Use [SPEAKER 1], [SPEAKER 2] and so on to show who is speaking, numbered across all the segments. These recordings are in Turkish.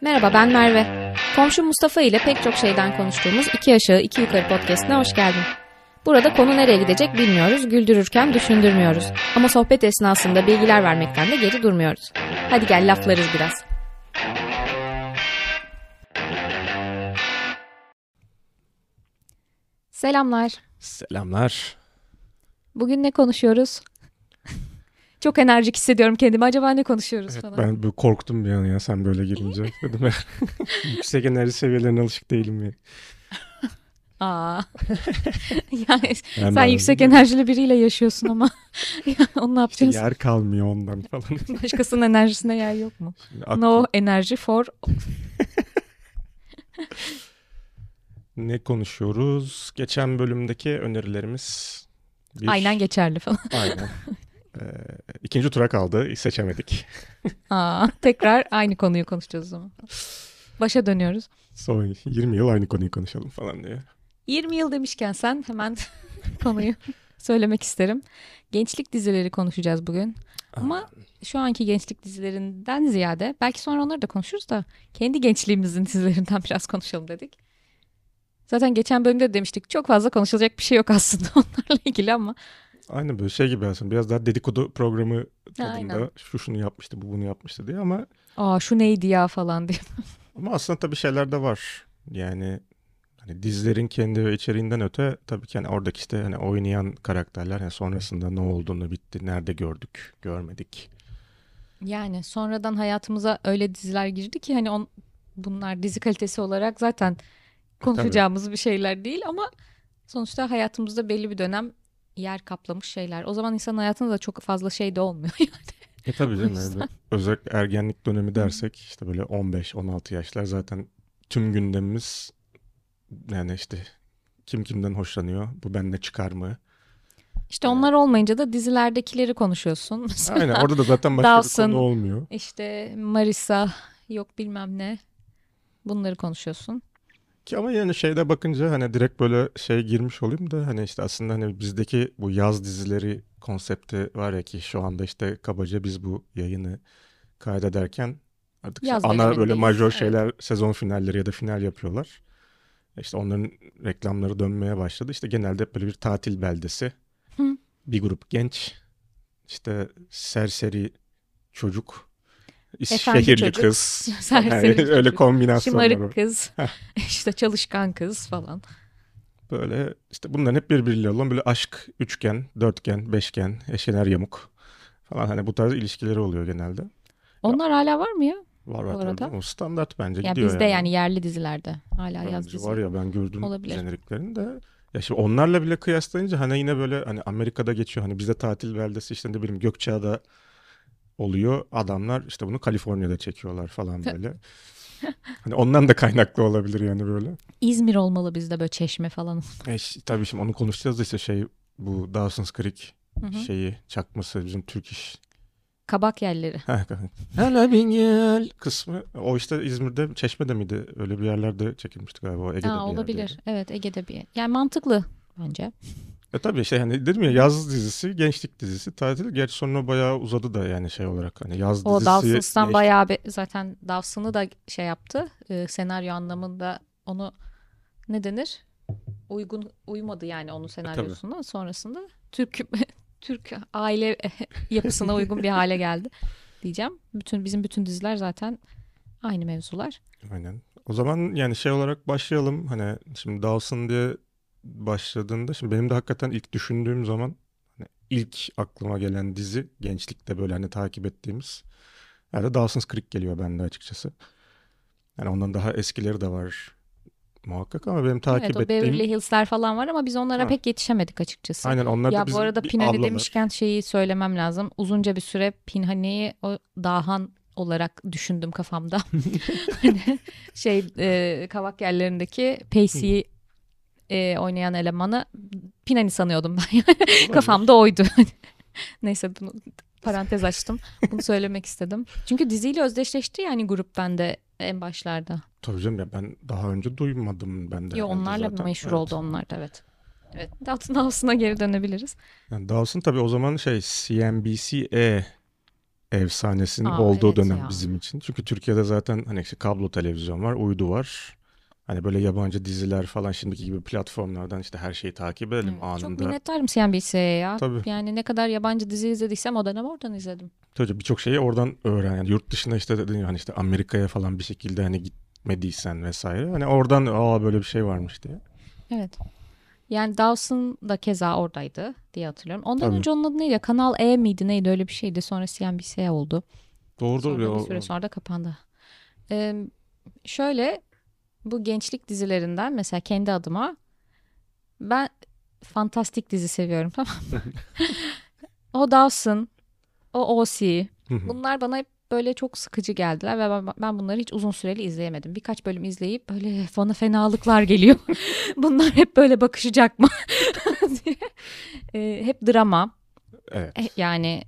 [SPEAKER 1] Merhaba ben Merve. Komşu Mustafa ile pek çok şeyden konuştuğumuz İki Aşağı İki Yukarı podcastine hoş geldin. Burada konu nereye gidecek bilmiyoruz, güldürürken düşündürmüyoruz. Ama sohbet esnasında bilgiler vermekten de geri durmuyoruz. Hadi gel laflarız biraz. Selamlar.
[SPEAKER 2] Selamlar.
[SPEAKER 1] Bugün ne konuşuyoruz? Çok enerjik hissediyorum kendimi. Acaba ne konuşuyoruz falan.
[SPEAKER 2] Ben böyle korktum bir an ya sen böyle girince. Dedim ya, yüksek enerji seviyelerine alışık değilim ya.
[SPEAKER 1] Aa. yani
[SPEAKER 2] Ben
[SPEAKER 1] sen
[SPEAKER 2] de-
[SPEAKER 1] yüksek enerjili biriyle yaşıyorsun ama yani onu ne
[SPEAKER 2] İşte
[SPEAKER 1] yapacağız?
[SPEAKER 2] yer kalmıyor ondan falan.
[SPEAKER 1] Başkasının enerjisine yer yok mu?
[SPEAKER 2] Ak-
[SPEAKER 1] No energy for
[SPEAKER 2] Ne konuşuyoruz? Geçen bölümdeki önerilerimiz. bir-
[SPEAKER 1] aynen geçerli falan.
[SPEAKER 2] Aynen. Ee, ikinci tura kaldı. Seçemedik.
[SPEAKER 1] Aa, tekrar aynı konuyu konuşacağız o zaman. Başa dönüyoruz.
[SPEAKER 2] Son 20 yıl aynı konuyu konuşalım falan diye.
[SPEAKER 1] 20 yıl demişken sen hemen konuyu söylemek isterim. Gençlik dizileri konuşacağız bugün. Ama şu anki gençlik dizilerinden ziyade belki sonra onları da konuşuruz da kendi gençliğimizin dizilerinden biraz konuşalım dedik. Zaten geçen bölümde de demiştik çok fazla konuşulacak bir şey yok aslında onlarla ilgili ama
[SPEAKER 2] Aynı böyle şey gibi aslında. Biraz daha dedikodu programı tadında.
[SPEAKER 1] Aynen.
[SPEAKER 2] Şu şunu yapmıştı, bu bunu yapmıştı diye ama
[SPEAKER 1] aa şu neydi ya falan diye.
[SPEAKER 2] Ama aslında tabii şeyler de var. Yani hani dizilerin kendi ve içeriğinden öte tabii ki hani oradaki işte hani oynayan karakterler yani sonrasında ne olduğunu bitti, nerede gördük, görmedik.
[SPEAKER 1] Yani sonradan hayatımıza öyle diziler girdi ki hani on, bunlar dizi kalitesi olarak zaten
[SPEAKER 2] E,
[SPEAKER 1] konuşacağımız bir şeyler değil ama sonuçta hayatımızda belli bir dönem yer kaplamış şeyler. O zaman insan hayatında da çok fazla şey de olmuyor.
[SPEAKER 2] E tabii
[SPEAKER 1] O
[SPEAKER 2] canım
[SPEAKER 1] yüzden.
[SPEAKER 2] öyle. Özellikle ergenlik dönemi dersek işte böyle 15-16 yaşlar zaten tüm gündemimiz yani işte kim kimden hoşlanıyor, bu bende çıkar mı?
[SPEAKER 1] İşte onlar olmayınca da dizilerdekileri konuşuyorsun. Mesela
[SPEAKER 2] Aynen orada da zaten başka bir
[SPEAKER 1] Dawson.
[SPEAKER 2] konu olmuyor.
[SPEAKER 1] işte Marisa yok bilmem ne bunları konuşuyorsun.
[SPEAKER 2] Ki ama yani şeyde bakınca hani direkt böyle şey girmiş olayım da hani işte aslında hani bizdeki bu yaz dizileri konsepti var ya ki şu anda işte kabaca biz bu yayını kaydederken artık işte
[SPEAKER 1] Yaz
[SPEAKER 2] ana böyle
[SPEAKER 1] dönemindeyiz,
[SPEAKER 2] majör
[SPEAKER 1] evet.
[SPEAKER 2] şeyler sezon finalleri ya da final yapıyorlar. İşte onların reklamları dönmeye başladı. İşte genelde böyle bir tatil beldesi.
[SPEAKER 1] Hı.
[SPEAKER 2] Bir grup genç işte serseri çocuk,
[SPEAKER 1] Efendi
[SPEAKER 2] şehirli
[SPEAKER 1] çocuk,
[SPEAKER 2] kız.
[SPEAKER 1] serseri
[SPEAKER 2] Yani öyle
[SPEAKER 1] çocuk,
[SPEAKER 2] kombinasyonlar var.
[SPEAKER 1] Şımarık kız, işte çalışkan kız falan.
[SPEAKER 2] Böyle işte bunların hep birbiriyle olan böyle aşk, üçgen, dörtgen, beşgen, eşkenar yamuk falan hani bu tarz ilişkileri oluyor genelde.
[SPEAKER 1] Onlar hala var mı ya?
[SPEAKER 2] Var
[SPEAKER 1] Bu
[SPEAKER 2] var
[SPEAKER 1] arada-
[SPEAKER 2] tabii. O standart bence
[SPEAKER 1] Ya
[SPEAKER 2] gidiyor
[SPEAKER 1] bizde yani. yerli dizilerde hala
[SPEAKER 2] Bence
[SPEAKER 1] yaz dizi.
[SPEAKER 2] Var ya ben gördüm
[SPEAKER 1] Olabilir.
[SPEAKER 2] jeneriklerini de. Ya şimdi onlarla bile kıyaslayınca hani yine böyle hani Amerika'da geçiyor. Hani bizde tatil beldesi işte ne bileyim Gökçeada oluyor. Adamlar işte bunu Kaliforniya'da çekiyorlar falan böyle. hani ondan da kaynaklı olabilir yani böyle.
[SPEAKER 1] İzmir olmalı bizde böyle çeşme falan.
[SPEAKER 2] E, ş- tabii şimdi onu konuşacağız da işte şey bu Dawson's Creek
[SPEAKER 1] Hı hı.
[SPEAKER 2] şeyi çakması bizim Türk iş.
[SPEAKER 1] Kabak yerleri.
[SPEAKER 2] Hala Bingöl kısmı. O işte İzmir'de Çeşme'de miydi? Öyle bir yerlerde çekilmişti galiba. o Ege'de bir
[SPEAKER 1] Aa,
[SPEAKER 2] yerdeydi.
[SPEAKER 1] olabilir. Evet Ege'de bir yer. Yani mantıklı bence.
[SPEAKER 2] E tabii şey hani dedim ya yaz dizisi, gençlik dizisi, tatil. Gerçi sonra bayağı uzadı da yani şey olarak hani yaz
[SPEAKER 1] O
[SPEAKER 2] dizisi.
[SPEAKER 1] Dawson's'tan
[SPEAKER 2] genç-
[SPEAKER 1] bayağı bir, zaten Dawson'ı da şey yaptı. e, senaryo anlamında onu ne denir? Uygun uymadı yani
[SPEAKER 2] E,
[SPEAKER 1] onun senaryosuna. Sonrasında Türk Türk aile yapısına uygun bir hale geldi diyeceğim. Bütün bizim bütün diziler zaten aynı mevzular.
[SPEAKER 2] Aynen. O zaman yani şey olarak başlayalım. Hani şimdi Dawson diye başladığında şimdi benim de hakikaten ilk düşündüğüm zaman hani ilk aklıma gelen dizi gençlikte böyle hani takip ettiğimiz herhalde Dawson's Creek geliyor bende açıkçası. Yani ondan daha eskileri de var muhakkak ama benim takip
[SPEAKER 1] evet o
[SPEAKER 2] ettiğim
[SPEAKER 1] Beverly Hills'ler falan var ama biz onlara
[SPEAKER 2] Ha.
[SPEAKER 1] pek yetişemedik açıkçası.
[SPEAKER 2] aynen onlar da
[SPEAKER 1] Ya bu
[SPEAKER 2] bizim
[SPEAKER 1] arada şey
[SPEAKER 2] bir
[SPEAKER 1] Pinhani
[SPEAKER 2] ablalar.
[SPEAKER 1] demişken şeyi söylemem lazım. Uzunca bir süre Pinhani'yi o Dahan olarak düşündüm kafamda. Hani şey e, kavak yerlerindeki Pacey'i e, oynayan elemanı Pinhani sanıyordum ben. Yani Kafamda oydu. Neyse bunu parantez açtım. Bunu söylemek istedim. Çünkü diziyle özdeşleşti yani grup bende en başlarda.
[SPEAKER 2] Tabii canım ya ben daha önce duymadım ben de.
[SPEAKER 1] Yo
[SPEAKER 2] herhalde
[SPEAKER 1] onlarla
[SPEAKER 2] zaten.
[SPEAKER 1] meşhur
[SPEAKER 2] Evet.
[SPEAKER 1] oldu onlar da evet. Evet. Dalton House'una geri dönebiliriz.
[SPEAKER 2] Yani Dawson tabii o zaman şey CNBC-E efsanesinin
[SPEAKER 1] Aa,
[SPEAKER 2] olduğu
[SPEAKER 1] evet
[SPEAKER 2] dönem
[SPEAKER 1] ya.
[SPEAKER 2] bizim için. Çünkü Türkiye'de zaten hani işte kablo televizyon var, uydu var. Hani böyle yabancı diziler falan şimdiki gibi platformlardan işte her şeyi takip edelim
[SPEAKER 1] Evet, Çok
[SPEAKER 2] anında.
[SPEAKER 1] minnettarım CNBC'ye ya.
[SPEAKER 2] Tabii.
[SPEAKER 1] Yani ne kadar yabancı dizi izlediysem o dönem oradan izledim.
[SPEAKER 2] Tabii birçok şeyi oradan öğren. Yani yurt dışına işte dediğim gibi hani işte Amerika'ya falan bir şekilde hani gitmediysen vesaire. Hani oradan aa böyle bir şey varmış diye.
[SPEAKER 1] Evet. Yani Dawson da keza oradaydı diye hatırlıyorum. Ondan
[SPEAKER 2] Tabii.
[SPEAKER 1] önce onun adı neydi? Kanal E miydi neydi öyle bir şeydi. Sonra CNBC oldu.
[SPEAKER 2] Doğru doğru.
[SPEAKER 1] Sonra
[SPEAKER 2] Ya,
[SPEAKER 1] bir süre sonra da kapandı. Ee, şöyle bu gençlik dizilerinden mesela kendi adıma ben fantastik dizi seviyorum tamam mı? o Dawson, o OC.
[SPEAKER 2] Hı hı.
[SPEAKER 1] Bunlar bana hep böyle çok sıkıcı geldiler ve ben, ben bunları hiç uzun süreli izleyemedim. Birkaç bölüm izleyip böyle bana fenalıklar geliyor. Bunlar hep böyle bakışacak mı? diye. Ee, hep drama.
[SPEAKER 2] Evet.
[SPEAKER 1] Eh, Yani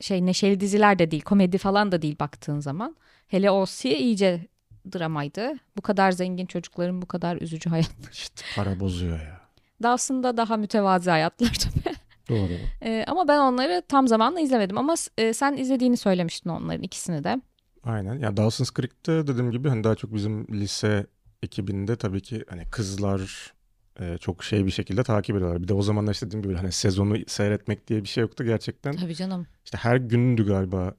[SPEAKER 1] şey neşeli diziler de değil, komedi falan da değil baktığın zaman. Hele OC iyice dramaydı. Bu kadar zengin çocukların bu kadar üzücü hayat.
[SPEAKER 2] İşte para bozuyor ya.
[SPEAKER 1] Dawson'da daha mütevazi hayatlar tabii.
[SPEAKER 2] Doğru.
[SPEAKER 1] Ee, ama ben onları tam zamanlı izlemedim. Ama e, sen izlediğini söylemiştin onların ikisini de.
[SPEAKER 2] Aynen. Ya Dawson's Creek'te dediğim gibi hani daha çok bizim lise ekibinde tabii ki hani kızlar e, çok şey bir şekilde takip ediyorlar. Bir de o zamanlar işte dediğim gibi hani sezonu seyretmek diye bir şey yoktu gerçekten.
[SPEAKER 1] Tabii canım.
[SPEAKER 2] İşte her gündü galiba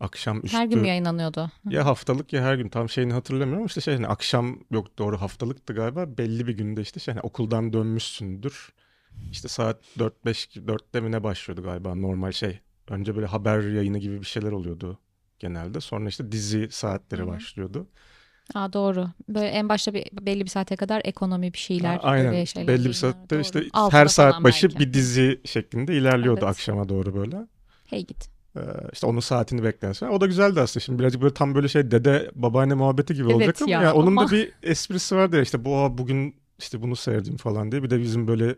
[SPEAKER 2] akşam üstü.
[SPEAKER 1] Her gün mü yayınlanıyordu?
[SPEAKER 2] Ya haftalık ya her gün tam şeyini hatırlamıyorum. İşte şey hani akşam yok doğru haftalıktı galiba. Belli bir günde işte şey hani okuldan dönmüşsündür. İşte saat 4-5 4'te mi ne başlıyordu galiba normal şey. Önce böyle haber yayını gibi bir şeyler oluyordu genelde. Sonra işte dizi saatleri
[SPEAKER 1] Hı hı.
[SPEAKER 2] başlıyordu.
[SPEAKER 1] Aa doğru. Böyle en başta bir belli bir saate kadar ekonomi bir şeyler
[SPEAKER 2] A- Aynen.
[SPEAKER 1] böyle şeyler
[SPEAKER 2] Belli bir
[SPEAKER 1] yayınlar.
[SPEAKER 2] saatte
[SPEAKER 1] Doğru.
[SPEAKER 2] işte
[SPEAKER 1] Altıda
[SPEAKER 2] her saat
[SPEAKER 1] falan
[SPEAKER 2] başı
[SPEAKER 1] belki.
[SPEAKER 2] bir dizi şeklinde ilerliyordu
[SPEAKER 1] Evet.
[SPEAKER 2] akşama doğru böyle.
[SPEAKER 1] Hey git.
[SPEAKER 2] Ee, işte onun saatini beklersen. O da güzeldi aslında. Şimdi birazcık böyle tam böyle şey dede babaanne muhabbeti gibi
[SPEAKER 1] Evet
[SPEAKER 2] olacak ama
[SPEAKER 1] ya,
[SPEAKER 2] ya onun
[SPEAKER 1] ama-
[SPEAKER 2] da bir esprisi vardı ya işte bu "Aa, bugün işte bunu sevdim falan diye. Bir de bizim böyle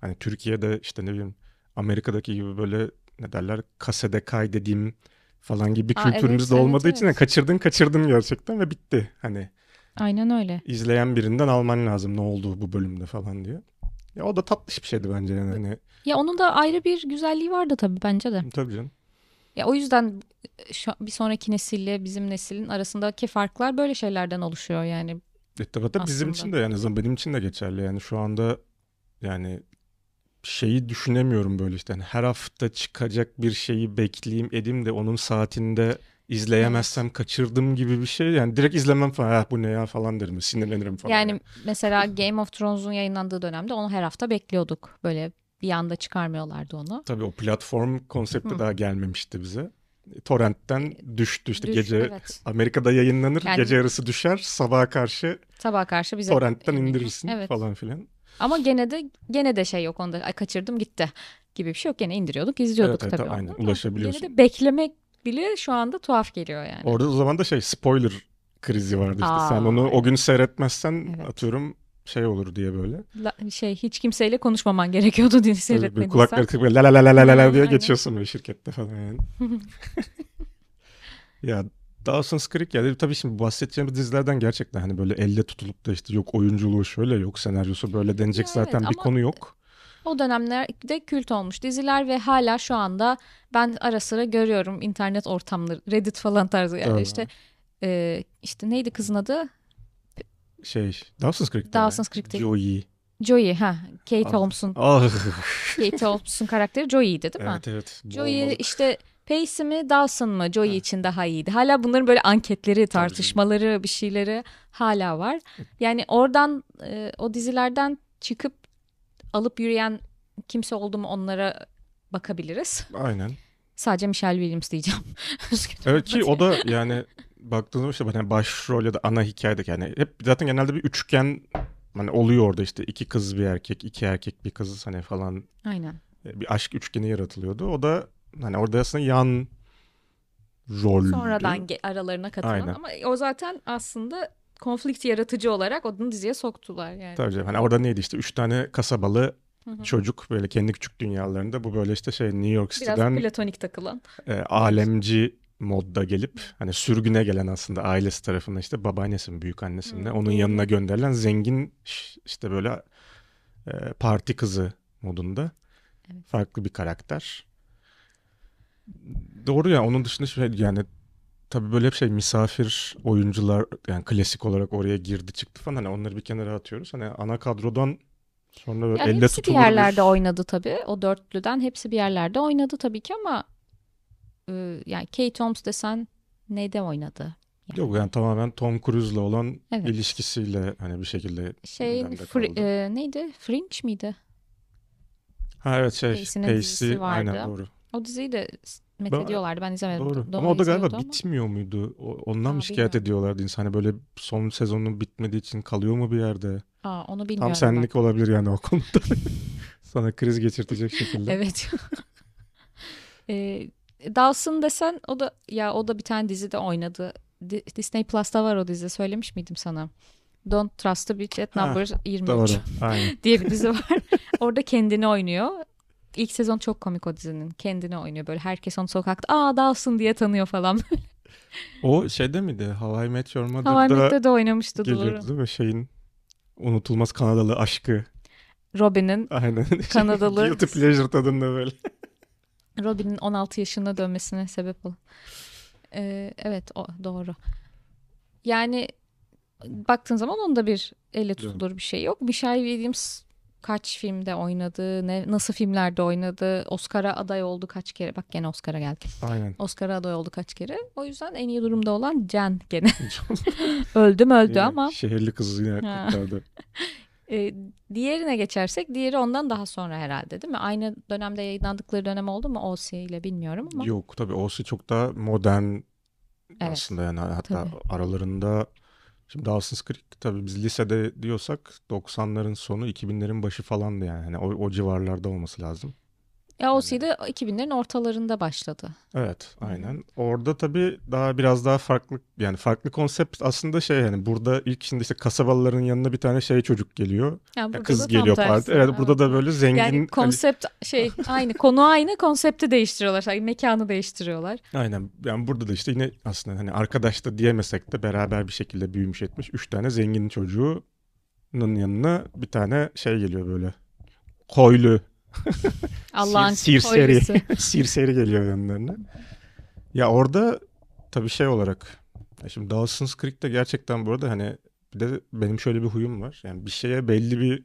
[SPEAKER 2] hani Türkiye'de işte ne bileyim Amerika'daki gibi böyle ne derler kasede kay dediğim falan gibi bir
[SPEAKER 1] Aa,
[SPEAKER 2] kültürümüz
[SPEAKER 1] evet,
[SPEAKER 2] de
[SPEAKER 1] evet,
[SPEAKER 2] olmadığı için
[SPEAKER 1] evet.
[SPEAKER 2] yani kaçırdın kaçırdın gerçekten ve bitti. Hani
[SPEAKER 1] Aynen öyle.
[SPEAKER 2] izleyen birinden alman lazım ne oldu bu bölümde falan diye. Ya o da tatlış bir şeydi bence yani. Hani,
[SPEAKER 1] Ya onun da ayrı bir güzelliği vardı tabii bence de.
[SPEAKER 2] tabii canım.
[SPEAKER 1] Ya o yüzden şu, bir sonraki nesille bizim neslin arasındaki farklar böyle şeylerden oluşuyor yani.
[SPEAKER 2] Etrafta E, bizim için
[SPEAKER 1] Aslında.
[SPEAKER 2] de yani zaten benim için de geçerli. Yani şu anda yani şeyi düşünemiyorum böyle işte. Yani her hafta çıkacak bir şeyi bekleyeyim edeyim de onun saatinde izleyemezsem kaçırdım gibi bir şey. Yani direkt izlemem falan. "Ah, bu ne ya falan derim. Sinirlenirim falan.
[SPEAKER 1] Yani mesela Game of Thrones'un yayınlandığı dönemde onu her hafta bekliyorduk. Böyle bir anda çıkarmıyorlardı onu.
[SPEAKER 2] Tabii o platform konsepti
[SPEAKER 1] Hı.
[SPEAKER 2] daha gelmemişti bize. E, Torrent'ten düştü işte
[SPEAKER 1] Düş-
[SPEAKER 2] gece
[SPEAKER 1] Evet.
[SPEAKER 2] Amerika'da yayınlanır.
[SPEAKER 1] Yani-
[SPEAKER 2] Gece yarısı düşer. Sabaha karşı
[SPEAKER 1] Sabaha karşı bize
[SPEAKER 2] torrent'ten indirirsin
[SPEAKER 1] Evet.
[SPEAKER 2] falan filan.
[SPEAKER 1] Ama gene de gene de şey yok onda ay kaçırdım gitti gibi bir şey yok. Gene indiriyorduk, izliyorduk
[SPEAKER 2] Evet, evet,
[SPEAKER 1] tabii. onu
[SPEAKER 2] aynen.
[SPEAKER 1] da.
[SPEAKER 2] Ulaşabiliyorsun.
[SPEAKER 1] Gene de beklemek bile şu anda tuhaf geliyor yani.
[SPEAKER 2] Orada o zaman da şey spoiler krizi vardı işte.
[SPEAKER 1] Aa,
[SPEAKER 2] Sen onu o
[SPEAKER 1] evet. gün
[SPEAKER 2] gün seyretmezsen
[SPEAKER 1] Evet.
[SPEAKER 2] atıyorum şey olur diye böyle.
[SPEAKER 1] La- şey hiç kimseyle konuşmaman gerekiyordu diye
[SPEAKER 2] Böyle
[SPEAKER 1] seyretmediysen.
[SPEAKER 2] kulakları tıkıp böyle la la la la la la
[SPEAKER 1] Ha,
[SPEAKER 2] diye
[SPEAKER 1] aynen.
[SPEAKER 2] geçiyorsun böyle şirkette falan yani. ya Dawson's Creek ya tabii şimdi bahsedeceğimiz dizilerden gerçekten hani böyle elle tutulup da işte yok oyunculuğu şöyle yok senaryosu böyle denecek
[SPEAKER 1] Ya evet,
[SPEAKER 2] zaten bir
[SPEAKER 1] ama-
[SPEAKER 2] konu yok.
[SPEAKER 1] O dönemlerde kült olmuş diziler ve hala şu anda ben ara sıra görüyorum internet ortamları Reddit falan tarzı yani
[SPEAKER 2] Doğru.
[SPEAKER 1] işte e, işte neydi kızın adı?
[SPEAKER 2] Şey Dawson's Creek'te.
[SPEAKER 1] Dawson's Creek'te-
[SPEAKER 2] Joey.
[SPEAKER 1] Joey ha. Kate
[SPEAKER 2] Ah.
[SPEAKER 1] Holmes'un
[SPEAKER 2] Ah.
[SPEAKER 1] Kate Holmes'un karakteri Joey'ydi değil mi?
[SPEAKER 2] evet evet. Bu
[SPEAKER 1] Joey
[SPEAKER 2] olmalı.
[SPEAKER 1] işte Pace mi Dawson mı Joey
[SPEAKER 2] Ha.
[SPEAKER 1] için daha iyiydi. Hala bunların böyle anketleri, tartışmaları, bir şeyleri hala var. Yani oradan e, o dizilerden çıkıp alıp yürüyen kimse oldu mu onlara bakabiliriz.
[SPEAKER 2] Aynen.
[SPEAKER 1] Sadece Michelle Williams diyeceğim. Üzgünüm.
[SPEAKER 2] Evet ki o da yani baktığınız zaman işte hani başrol ya da ana hikayedeki yani hep zaten genelde bir üçgen hani oluyor orada işte iki kız bir erkek, iki erkek bir kız hani falan
[SPEAKER 1] Aynen.
[SPEAKER 2] e, bir aşk üçgeni yaratılıyordu. O da hani orada aslında yan rol.
[SPEAKER 1] Sonradan ge- aralarına katılan
[SPEAKER 2] Aynen.
[SPEAKER 1] ama o zaten aslında konflikt yaratıcı olarak onu diziye soktular yani.
[SPEAKER 2] Tabii canım. Hani orada neydi işte üç tane kasabalı
[SPEAKER 1] Hı hı.
[SPEAKER 2] çocuk böyle kendi küçük dünyalarında bu böyle işte şey New York
[SPEAKER 1] Biraz
[SPEAKER 2] City'den
[SPEAKER 1] platonik takılan.
[SPEAKER 2] e, alemci modda gelip hani sürgüne gelen aslında ailesi tarafından işte babaannesi mi büyük annesi mi ne,
[SPEAKER 1] Hı,
[SPEAKER 2] onun
[SPEAKER 1] doğru.
[SPEAKER 2] yanına gönderilen zengin ş- işte böyle e, parti kızı modunda
[SPEAKER 1] Evet.
[SPEAKER 2] farklı bir karakter. Doğru ya onun dışında şey yani tabii böyle hep şey misafir oyuncular yani klasik olarak oraya girdi çıktı falan hani onları bir kenara atıyoruz. Hani ana kadrodan sonra böyle
[SPEAKER 1] Yani
[SPEAKER 2] elle
[SPEAKER 1] hepsi bir
[SPEAKER 2] tutulur
[SPEAKER 1] yerlerde
[SPEAKER 2] bir-
[SPEAKER 1] oynadı tabii. O dörtlüden hepsi bir yerlerde oynadı tabii ki ama e, yani Kate Holmes desen neyde oynadı?
[SPEAKER 2] Yok yani tamamen Tom Cruise'la olan
[SPEAKER 1] Evet.
[SPEAKER 2] ilişkisiyle hani bir şekilde
[SPEAKER 1] Şey
[SPEAKER 2] gündemde
[SPEAKER 1] Fri-
[SPEAKER 2] kaldı.
[SPEAKER 1] e, neydi? Fringe miydi?
[SPEAKER 2] Ha evet şey
[SPEAKER 1] Pacey'nin
[SPEAKER 2] Pacey
[SPEAKER 1] dizisi vardı.
[SPEAKER 2] aynen doğru.
[SPEAKER 1] O diziyi de s- met
[SPEAKER 2] Ben-
[SPEAKER 1] ediyorlardı. Ben izlemedim.
[SPEAKER 2] Doğru.
[SPEAKER 1] Do-
[SPEAKER 2] ama o da galiba
[SPEAKER 1] izliyordu ama.
[SPEAKER 2] bitmiyor muydu? O- Ondan
[SPEAKER 1] Aa,
[SPEAKER 2] mı şikayet
[SPEAKER 1] bilmiyorum.
[SPEAKER 2] ediyorlardı insan? Hani böyle son sezonun bitmediği için kalıyor mu bir yerde?
[SPEAKER 1] Aa, onu bilmiyorum.
[SPEAKER 2] Tam
[SPEAKER 1] bak.
[SPEAKER 2] senlik olabilir yani o konuda. Sana kriz geçirtecek şekilde.
[SPEAKER 1] Evet. e, Dawson desen o da ya o da bir tane dizide oynadı. Di- Disney Plus'ta var o dizi. Söylemiş miydim sana? Don't Trust the Bitch at
[SPEAKER 2] Ha,
[SPEAKER 1] Number 23
[SPEAKER 2] Doğru. Aynen.
[SPEAKER 1] diye bir dizi var. Orada kendini oynuyor. İlk sezon çok komik o dizinin. Kendini oynuyor böyle. Herkes onu sokakta aa Dawson diye tanıyor falan.
[SPEAKER 2] O şeyde miydi? How I Met Your Mother'da
[SPEAKER 1] Hawaii Mete'de de oynamıştı doğru.
[SPEAKER 2] geliyordu değil mi? Şeyin unutulmaz Kanadalı aşkı.
[SPEAKER 1] Robin'in
[SPEAKER 2] Aynen.
[SPEAKER 1] Kanadalı-
[SPEAKER 2] Guilty Pleasure tadında böyle.
[SPEAKER 1] Robin'in 16 yaşına dönmesine sebep olan. Ee, evet o doğru. Yani baktığın zaman onda bir elle tutulur bir şey yok. Michelle Williams kaç filmde oynadı, ne, nasıl filmlerde oynadı, Oscar'a aday oldu kaç kere. Bak gene Oscar'a geldi.
[SPEAKER 2] Aynen.
[SPEAKER 1] Oscar'a aday oldu kaç kere. O yüzden en iyi durumda olan Jen gene. Öldüm öldü
[SPEAKER 2] Yine
[SPEAKER 1] ama.
[SPEAKER 2] Şehirli kız yine
[SPEAKER 1] Ha.
[SPEAKER 2] kurtardı.
[SPEAKER 1] Ee, diğerine geçersek diğeri ondan daha sonra herhalde değil mi? Aynı dönemde yayınlandıkları dönem oldu mu OC ile bilmiyorum ama.
[SPEAKER 2] Yok tabii Osu çok daha modern
[SPEAKER 1] Evet.
[SPEAKER 2] aslında yani hatta
[SPEAKER 1] Tabii.
[SPEAKER 2] aralarında şimdi Dawson's Creek tabii biz lisede diyorsak 90'ların sonu 2000'lerin başı falandı yani. Hani o, o civarlarda olması lazım.
[SPEAKER 1] Ya OC'de 2000'lerin ortalarında başladı.
[SPEAKER 2] Evet,
[SPEAKER 1] hı.
[SPEAKER 2] aynen. Orada tabii daha biraz daha farklı yani farklı konsept aslında şey yani burada ilk şimdi işte kasabalıların yanına bir tane şey çocuk geliyor.
[SPEAKER 1] Yani
[SPEAKER 2] Ya
[SPEAKER 1] burada
[SPEAKER 2] kız
[SPEAKER 1] da tam
[SPEAKER 2] geliyor
[SPEAKER 1] tersi.
[SPEAKER 2] parti. Evet, burada da böyle zengin
[SPEAKER 1] yani
[SPEAKER 2] hani-
[SPEAKER 1] konsept şey aynı konu aynı konsepti değiştiriyorlar. Yani mekanı değiştiriyorlar.
[SPEAKER 2] Aynen. Yani burada da işte yine aslında hani arkadaş da diyemesek de beraber bir şekilde büyümüş etmiş. Üç tane zengin çocuğunun yanına bir tane şey geliyor böyle. Koylu.
[SPEAKER 1] Allah'ın
[SPEAKER 2] sir-
[SPEAKER 1] koyusu.
[SPEAKER 2] sirseri. sirseri geliyor yanlarına. Ya orada tabii şey olarak. ya şimdi Dawson's Creek'te gerçekten bu arada hani bir de benim şöyle bir huyum var. Yani bir şeye belli bir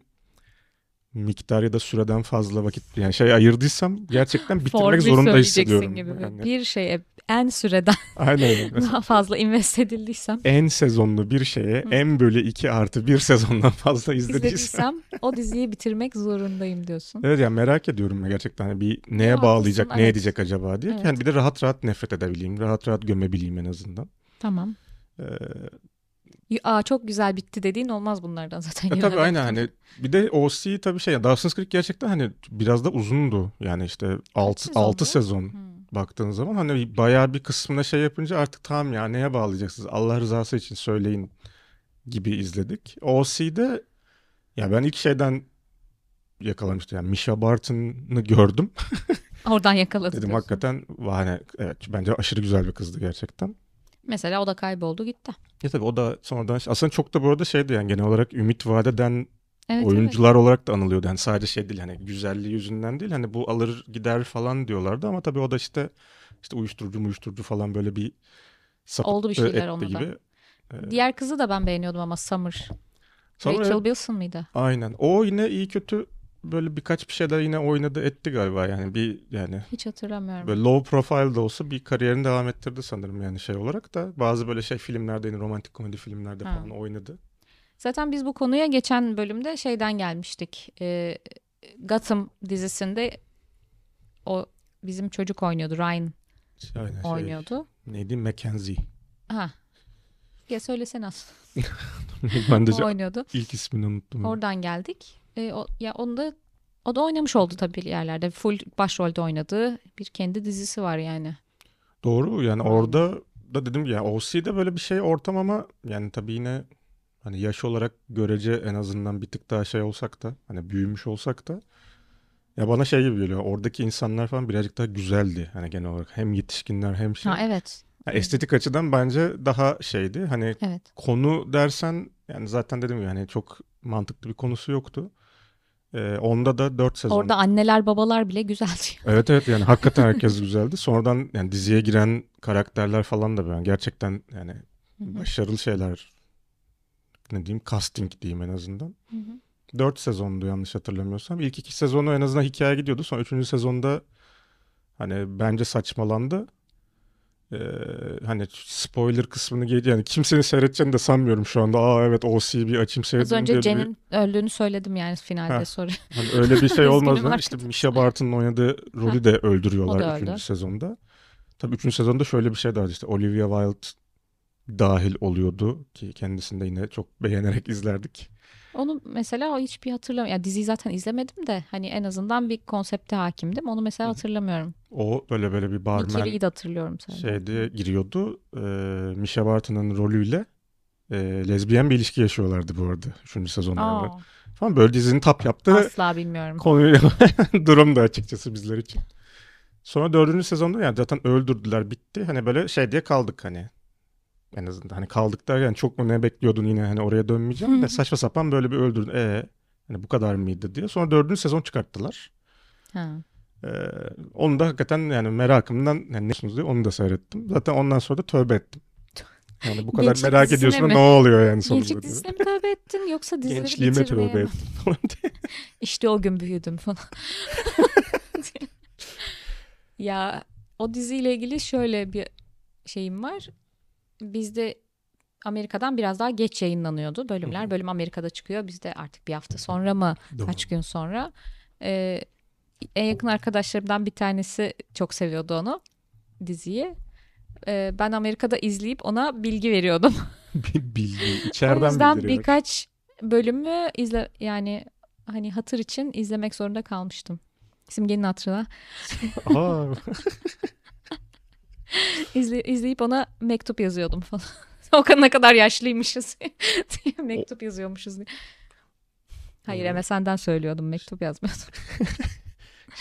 [SPEAKER 2] miktar ya da süreden fazla vakit yani şey ayırdıysam gerçekten bitirmek
[SPEAKER 1] Formül
[SPEAKER 2] zorunda
[SPEAKER 1] söyleyeceksin
[SPEAKER 2] hissediyorum.
[SPEAKER 1] gibi.
[SPEAKER 2] Yani
[SPEAKER 1] Bir şeye en süreden
[SPEAKER 2] aynen öyle. Mesela
[SPEAKER 1] daha fazla invest edildiysem
[SPEAKER 2] en sezonlu bir şeye en bölü 2 artı bir sezondan fazla izlediysem.
[SPEAKER 1] izlediysem o diziyi bitirmek zorundayım diyorsun.
[SPEAKER 2] Evet yani merak ediyorum ya gerçekten hani bir neye
[SPEAKER 1] Ya
[SPEAKER 2] bağlayacak,
[SPEAKER 1] haklısın,
[SPEAKER 2] ne
[SPEAKER 1] evet.
[SPEAKER 2] edecek acaba diye.
[SPEAKER 1] Evet.
[SPEAKER 2] Yani bir de rahat rahat nefret edebileyim, rahat rahat gömebileyim en azından.
[SPEAKER 1] Tamam.
[SPEAKER 2] Ee,
[SPEAKER 1] Y- Aa çok güzel bitti dediğin olmaz bunlardan zaten.
[SPEAKER 2] ya
[SPEAKER 1] genelde.
[SPEAKER 2] tabii aynen hani bir de OC tabii şey ya Dawson's Creek gerçekten hani biraz da uzundu. Yani işte 6
[SPEAKER 1] sezondu?
[SPEAKER 2] 6 sezon
[SPEAKER 1] Hmm.
[SPEAKER 2] baktığın zaman hani bayağı bir kısmına şey yapınca artık tamam ya neye bağlayacaksınız Allah rızası için söyleyin gibi izledik. OC'de ya ben ilk şeyden yakalamıştım yani Misha Barton'ı gördüm.
[SPEAKER 1] Oradan yakaladı.
[SPEAKER 2] Dedim
[SPEAKER 1] diyorsun.
[SPEAKER 2] hakikaten hani evet bence aşırı güzel bir kızdı gerçekten.
[SPEAKER 1] Mesela o da kayboldu gitti.
[SPEAKER 2] Ya tabii o da sonradan aslında çok da bu arada şeydi yani genel olarak ümit vaat eden
[SPEAKER 1] Evet, evet.
[SPEAKER 2] oyuncular olarak da anılıyordu. Yani sadece şey değil hani güzelliği yüzünden değil hani bu alır gider falan diyorlardı ama tabii o da işte işte uyuşturucu uyuşturucu falan böyle bir sapıttı
[SPEAKER 1] Oldu bir şeyler
[SPEAKER 2] etti
[SPEAKER 1] onda da.
[SPEAKER 2] gibi.
[SPEAKER 1] Diğer kızı da ben beğeniyordum ama Summer.
[SPEAKER 2] Sonra
[SPEAKER 1] Rachel
[SPEAKER 2] evet,
[SPEAKER 1] Bilson mıydı?
[SPEAKER 2] aynen. O yine iyi kötü böyle birkaç bir şeyler yine oynadı etti galiba yani bir yani
[SPEAKER 1] Hiç hatırlamıyorum.
[SPEAKER 2] böyle low profile de olsa bir kariyerini devam ettirdi sanırım yani şey olarak da bazı böyle şey filmlerde yine romantik komedi filmlerde
[SPEAKER 1] Ha.
[SPEAKER 2] falan oynadı.
[SPEAKER 1] Zaten biz bu konuya geçen bölümde şeyden gelmiştik. Ee, Gotham dizisinde o bizim çocuk oynuyordu. Ryan
[SPEAKER 2] Şey, Aynen şey,
[SPEAKER 1] oynuyordu.
[SPEAKER 2] Neydi? Mackenzie.
[SPEAKER 1] Ha. Ya söylesene aslında.
[SPEAKER 2] ben de
[SPEAKER 1] O oynuyordu.
[SPEAKER 2] ilk ismini unuttum.
[SPEAKER 1] Oradan geldik. Ee, o, ya onda o da oynamış oldu tabii bir yerlerde. Full başrolde oynadığı bir kendi dizisi var yani.
[SPEAKER 2] Doğru yani orada da dedim ya OC'de böyle bir şey ortam ama yani tabii yine hani yaş olarak görece en azından bir tık daha şey olsak da hani büyümüş olsak da ya bana şey gibi geliyor oradaki insanlar falan birazcık daha güzeldi hani genel olarak hem yetişkinler hem şey.
[SPEAKER 1] Ha evet.
[SPEAKER 2] Ya estetik açıdan bence daha şeydi hani
[SPEAKER 1] Evet.
[SPEAKER 2] konu dersen yani zaten dedim ya hani çok mantıklı bir konusu yoktu. Ee, onda da 4 sezon.
[SPEAKER 1] Orada anneler babalar bile güzel diyor.
[SPEAKER 2] Evet evet yani hakikaten herkes güzeldi. Sonradan yani diziye giren karakterler falan da ben gerçekten yani başarılı şeyler ne diyeyim casting diyeyim en azından.
[SPEAKER 1] Hı hı.
[SPEAKER 2] 4 sezondu yanlış hatırlamıyorsam. İlk iki sezonu en azından hikaye gidiyordu. Sonra üçüncü sezonda hani bence saçmalandı. Ee, hani spoiler kısmını geç yani kimsenin seyredeceğini de sanmıyorum şu anda. Aa evet OCB açayım
[SPEAKER 1] Az
[SPEAKER 2] seyredeyim
[SPEAKER 1] önce
[SPEAKER 2] diye bir-
[SPEAKER 1] Jen'in öldüğünü söyledim yani
[SPEAKER 2] Ha.
[SPEAKER 1] finalde soru.
[SPEAKER 2] Hani öyle bir şey olmaz.
[SPEAKER 1] Üzgünüm
[SPEAKER 2] lan. İşte
[SPEAKER 1] hakikaten.
[SPEAKER 2] Misha Barton'ın oynadığı rolü de
[SPEAKER 1] O da
[SPEAKER 2] öldürüyorlar
[SPEAKER 1] öldü.
[SPEAKER 2] 3. sezonda. Tabii 3. sezonda şöyle bir şey de vardı işte Olivia Wilde dahil oluyordu ki kendisini de yine çok beğenerek izlerdik.
[SPEAKER 1] Onu mesela hiçbir hatırlamıyorum. Yani diziyi zaten izlemedim de hani en azından bir konsepte hakimdim. Onu mesela
[SPEAKER 2] Hı hı.
[SPEAKER 1] hatırlamıyorum.
[SPEAKER 2] O böyle böyle bir
[SPEAKER 1] Bir
[SPEAKER 2] barman
[SPEAKER 1] kereyi de hatırlıyorum sadece.
[SPEAKER 2] şey diye giriyordu. Ee, Misha Barton'ın rolüyle e, lezbiyen bir ilişki yaşıyorlardı bu arada 3. sezonda.
[SPEAKER 1] Aa,
[SPEAKER 2] yani. Falan böyle dizinin tap yaptığı
[SPEAKER 1] asla bilmiyorum.
[SPEAKER 2] konuyu durum da açıkçası bizler için. Sonra dördüncü sezonda yani zaten öldürdüler bitti. Hani böyle şey diye kaldık hani. En azından hani kaldık da yani çok mu ne bekliyordun yine hani oraya dönmeyeceğim de saçma sapan böyle bir öldürdün. Ee, hani bu kadar mıydı diye. Sonra dördüncü sezon çıkarttılar.
[SPEAKER 1] Ha.
[SPEAKER 2] Ee, onu da hakikaten yani merakımdan yani ne diye onu da seyrettim. Zaten ondan sonra da tövbe ettim. Yani bu kadar
[SPEAKER 1] Gençlik
[SPEAKER 2] merak
[SPEAKER 1] dizisine
[SPEAKER 2] ediyorsun
[SPEAKER 1] mi?
[SPEAKER 2] da ne oluyor yani sonunda
[SPEAKER 1] Gençlik
[SPEAKER 2] diye.
[SPEAKER 1] dizisine mi tövbe ettin yoksa dizileri
[SPEAKER 2] Gençliğime
[SPEAKER 1] bitirmeye
[SPEAKER 2] tövbe
[SPEAKER 1] mi?
[SPEAKER 2] ettim falan diye.
[SPEAKER 1] İşte o gün büyüdüm falan. ya o diziyle ilgili şöyle bir şeyim var. Bizde Amerika'dan biraz daha geç yayınlanıyordu
[SPEAKER 2] Hı
[SPEAKER 1] bölümler.
[SPEAKER 2] hı.
[SPEAKER 1] Bölüm Amerika'da çıkıyor. Bizde artık bir hafta sonra mı kaç gün sonra. Ee, en yakın arkadaşlarımdan bir tanesi çok seviyordu onu diziyi. Ee, ben Amerika'da izleyip ona bilgi veriyordum.
[SPEAKER 2] Bilgi
[SPEAKER 1] O
[SPEAKER 2] içeriden
[SPEAKER 1] yüzden
[SPEAKER 2] bildiriyor.
[SPEAKER 1] birkaç bölümü izle yani hani hatır için izlemek zorunda kalmıştım. Simge'nin hatırına.
[SPEAKER 2] Aa,
[SPEAKER 1] İzle, izleyip ona mektup yazıyordum falan. Okan ne kadar yaşlıymışız diye mektup yazıyormuşuz diye. Hayır
[SPEAKER 2] Anladım.
[SPEAKER 1] MSN'den söylüyordum mektup yazmıyordum.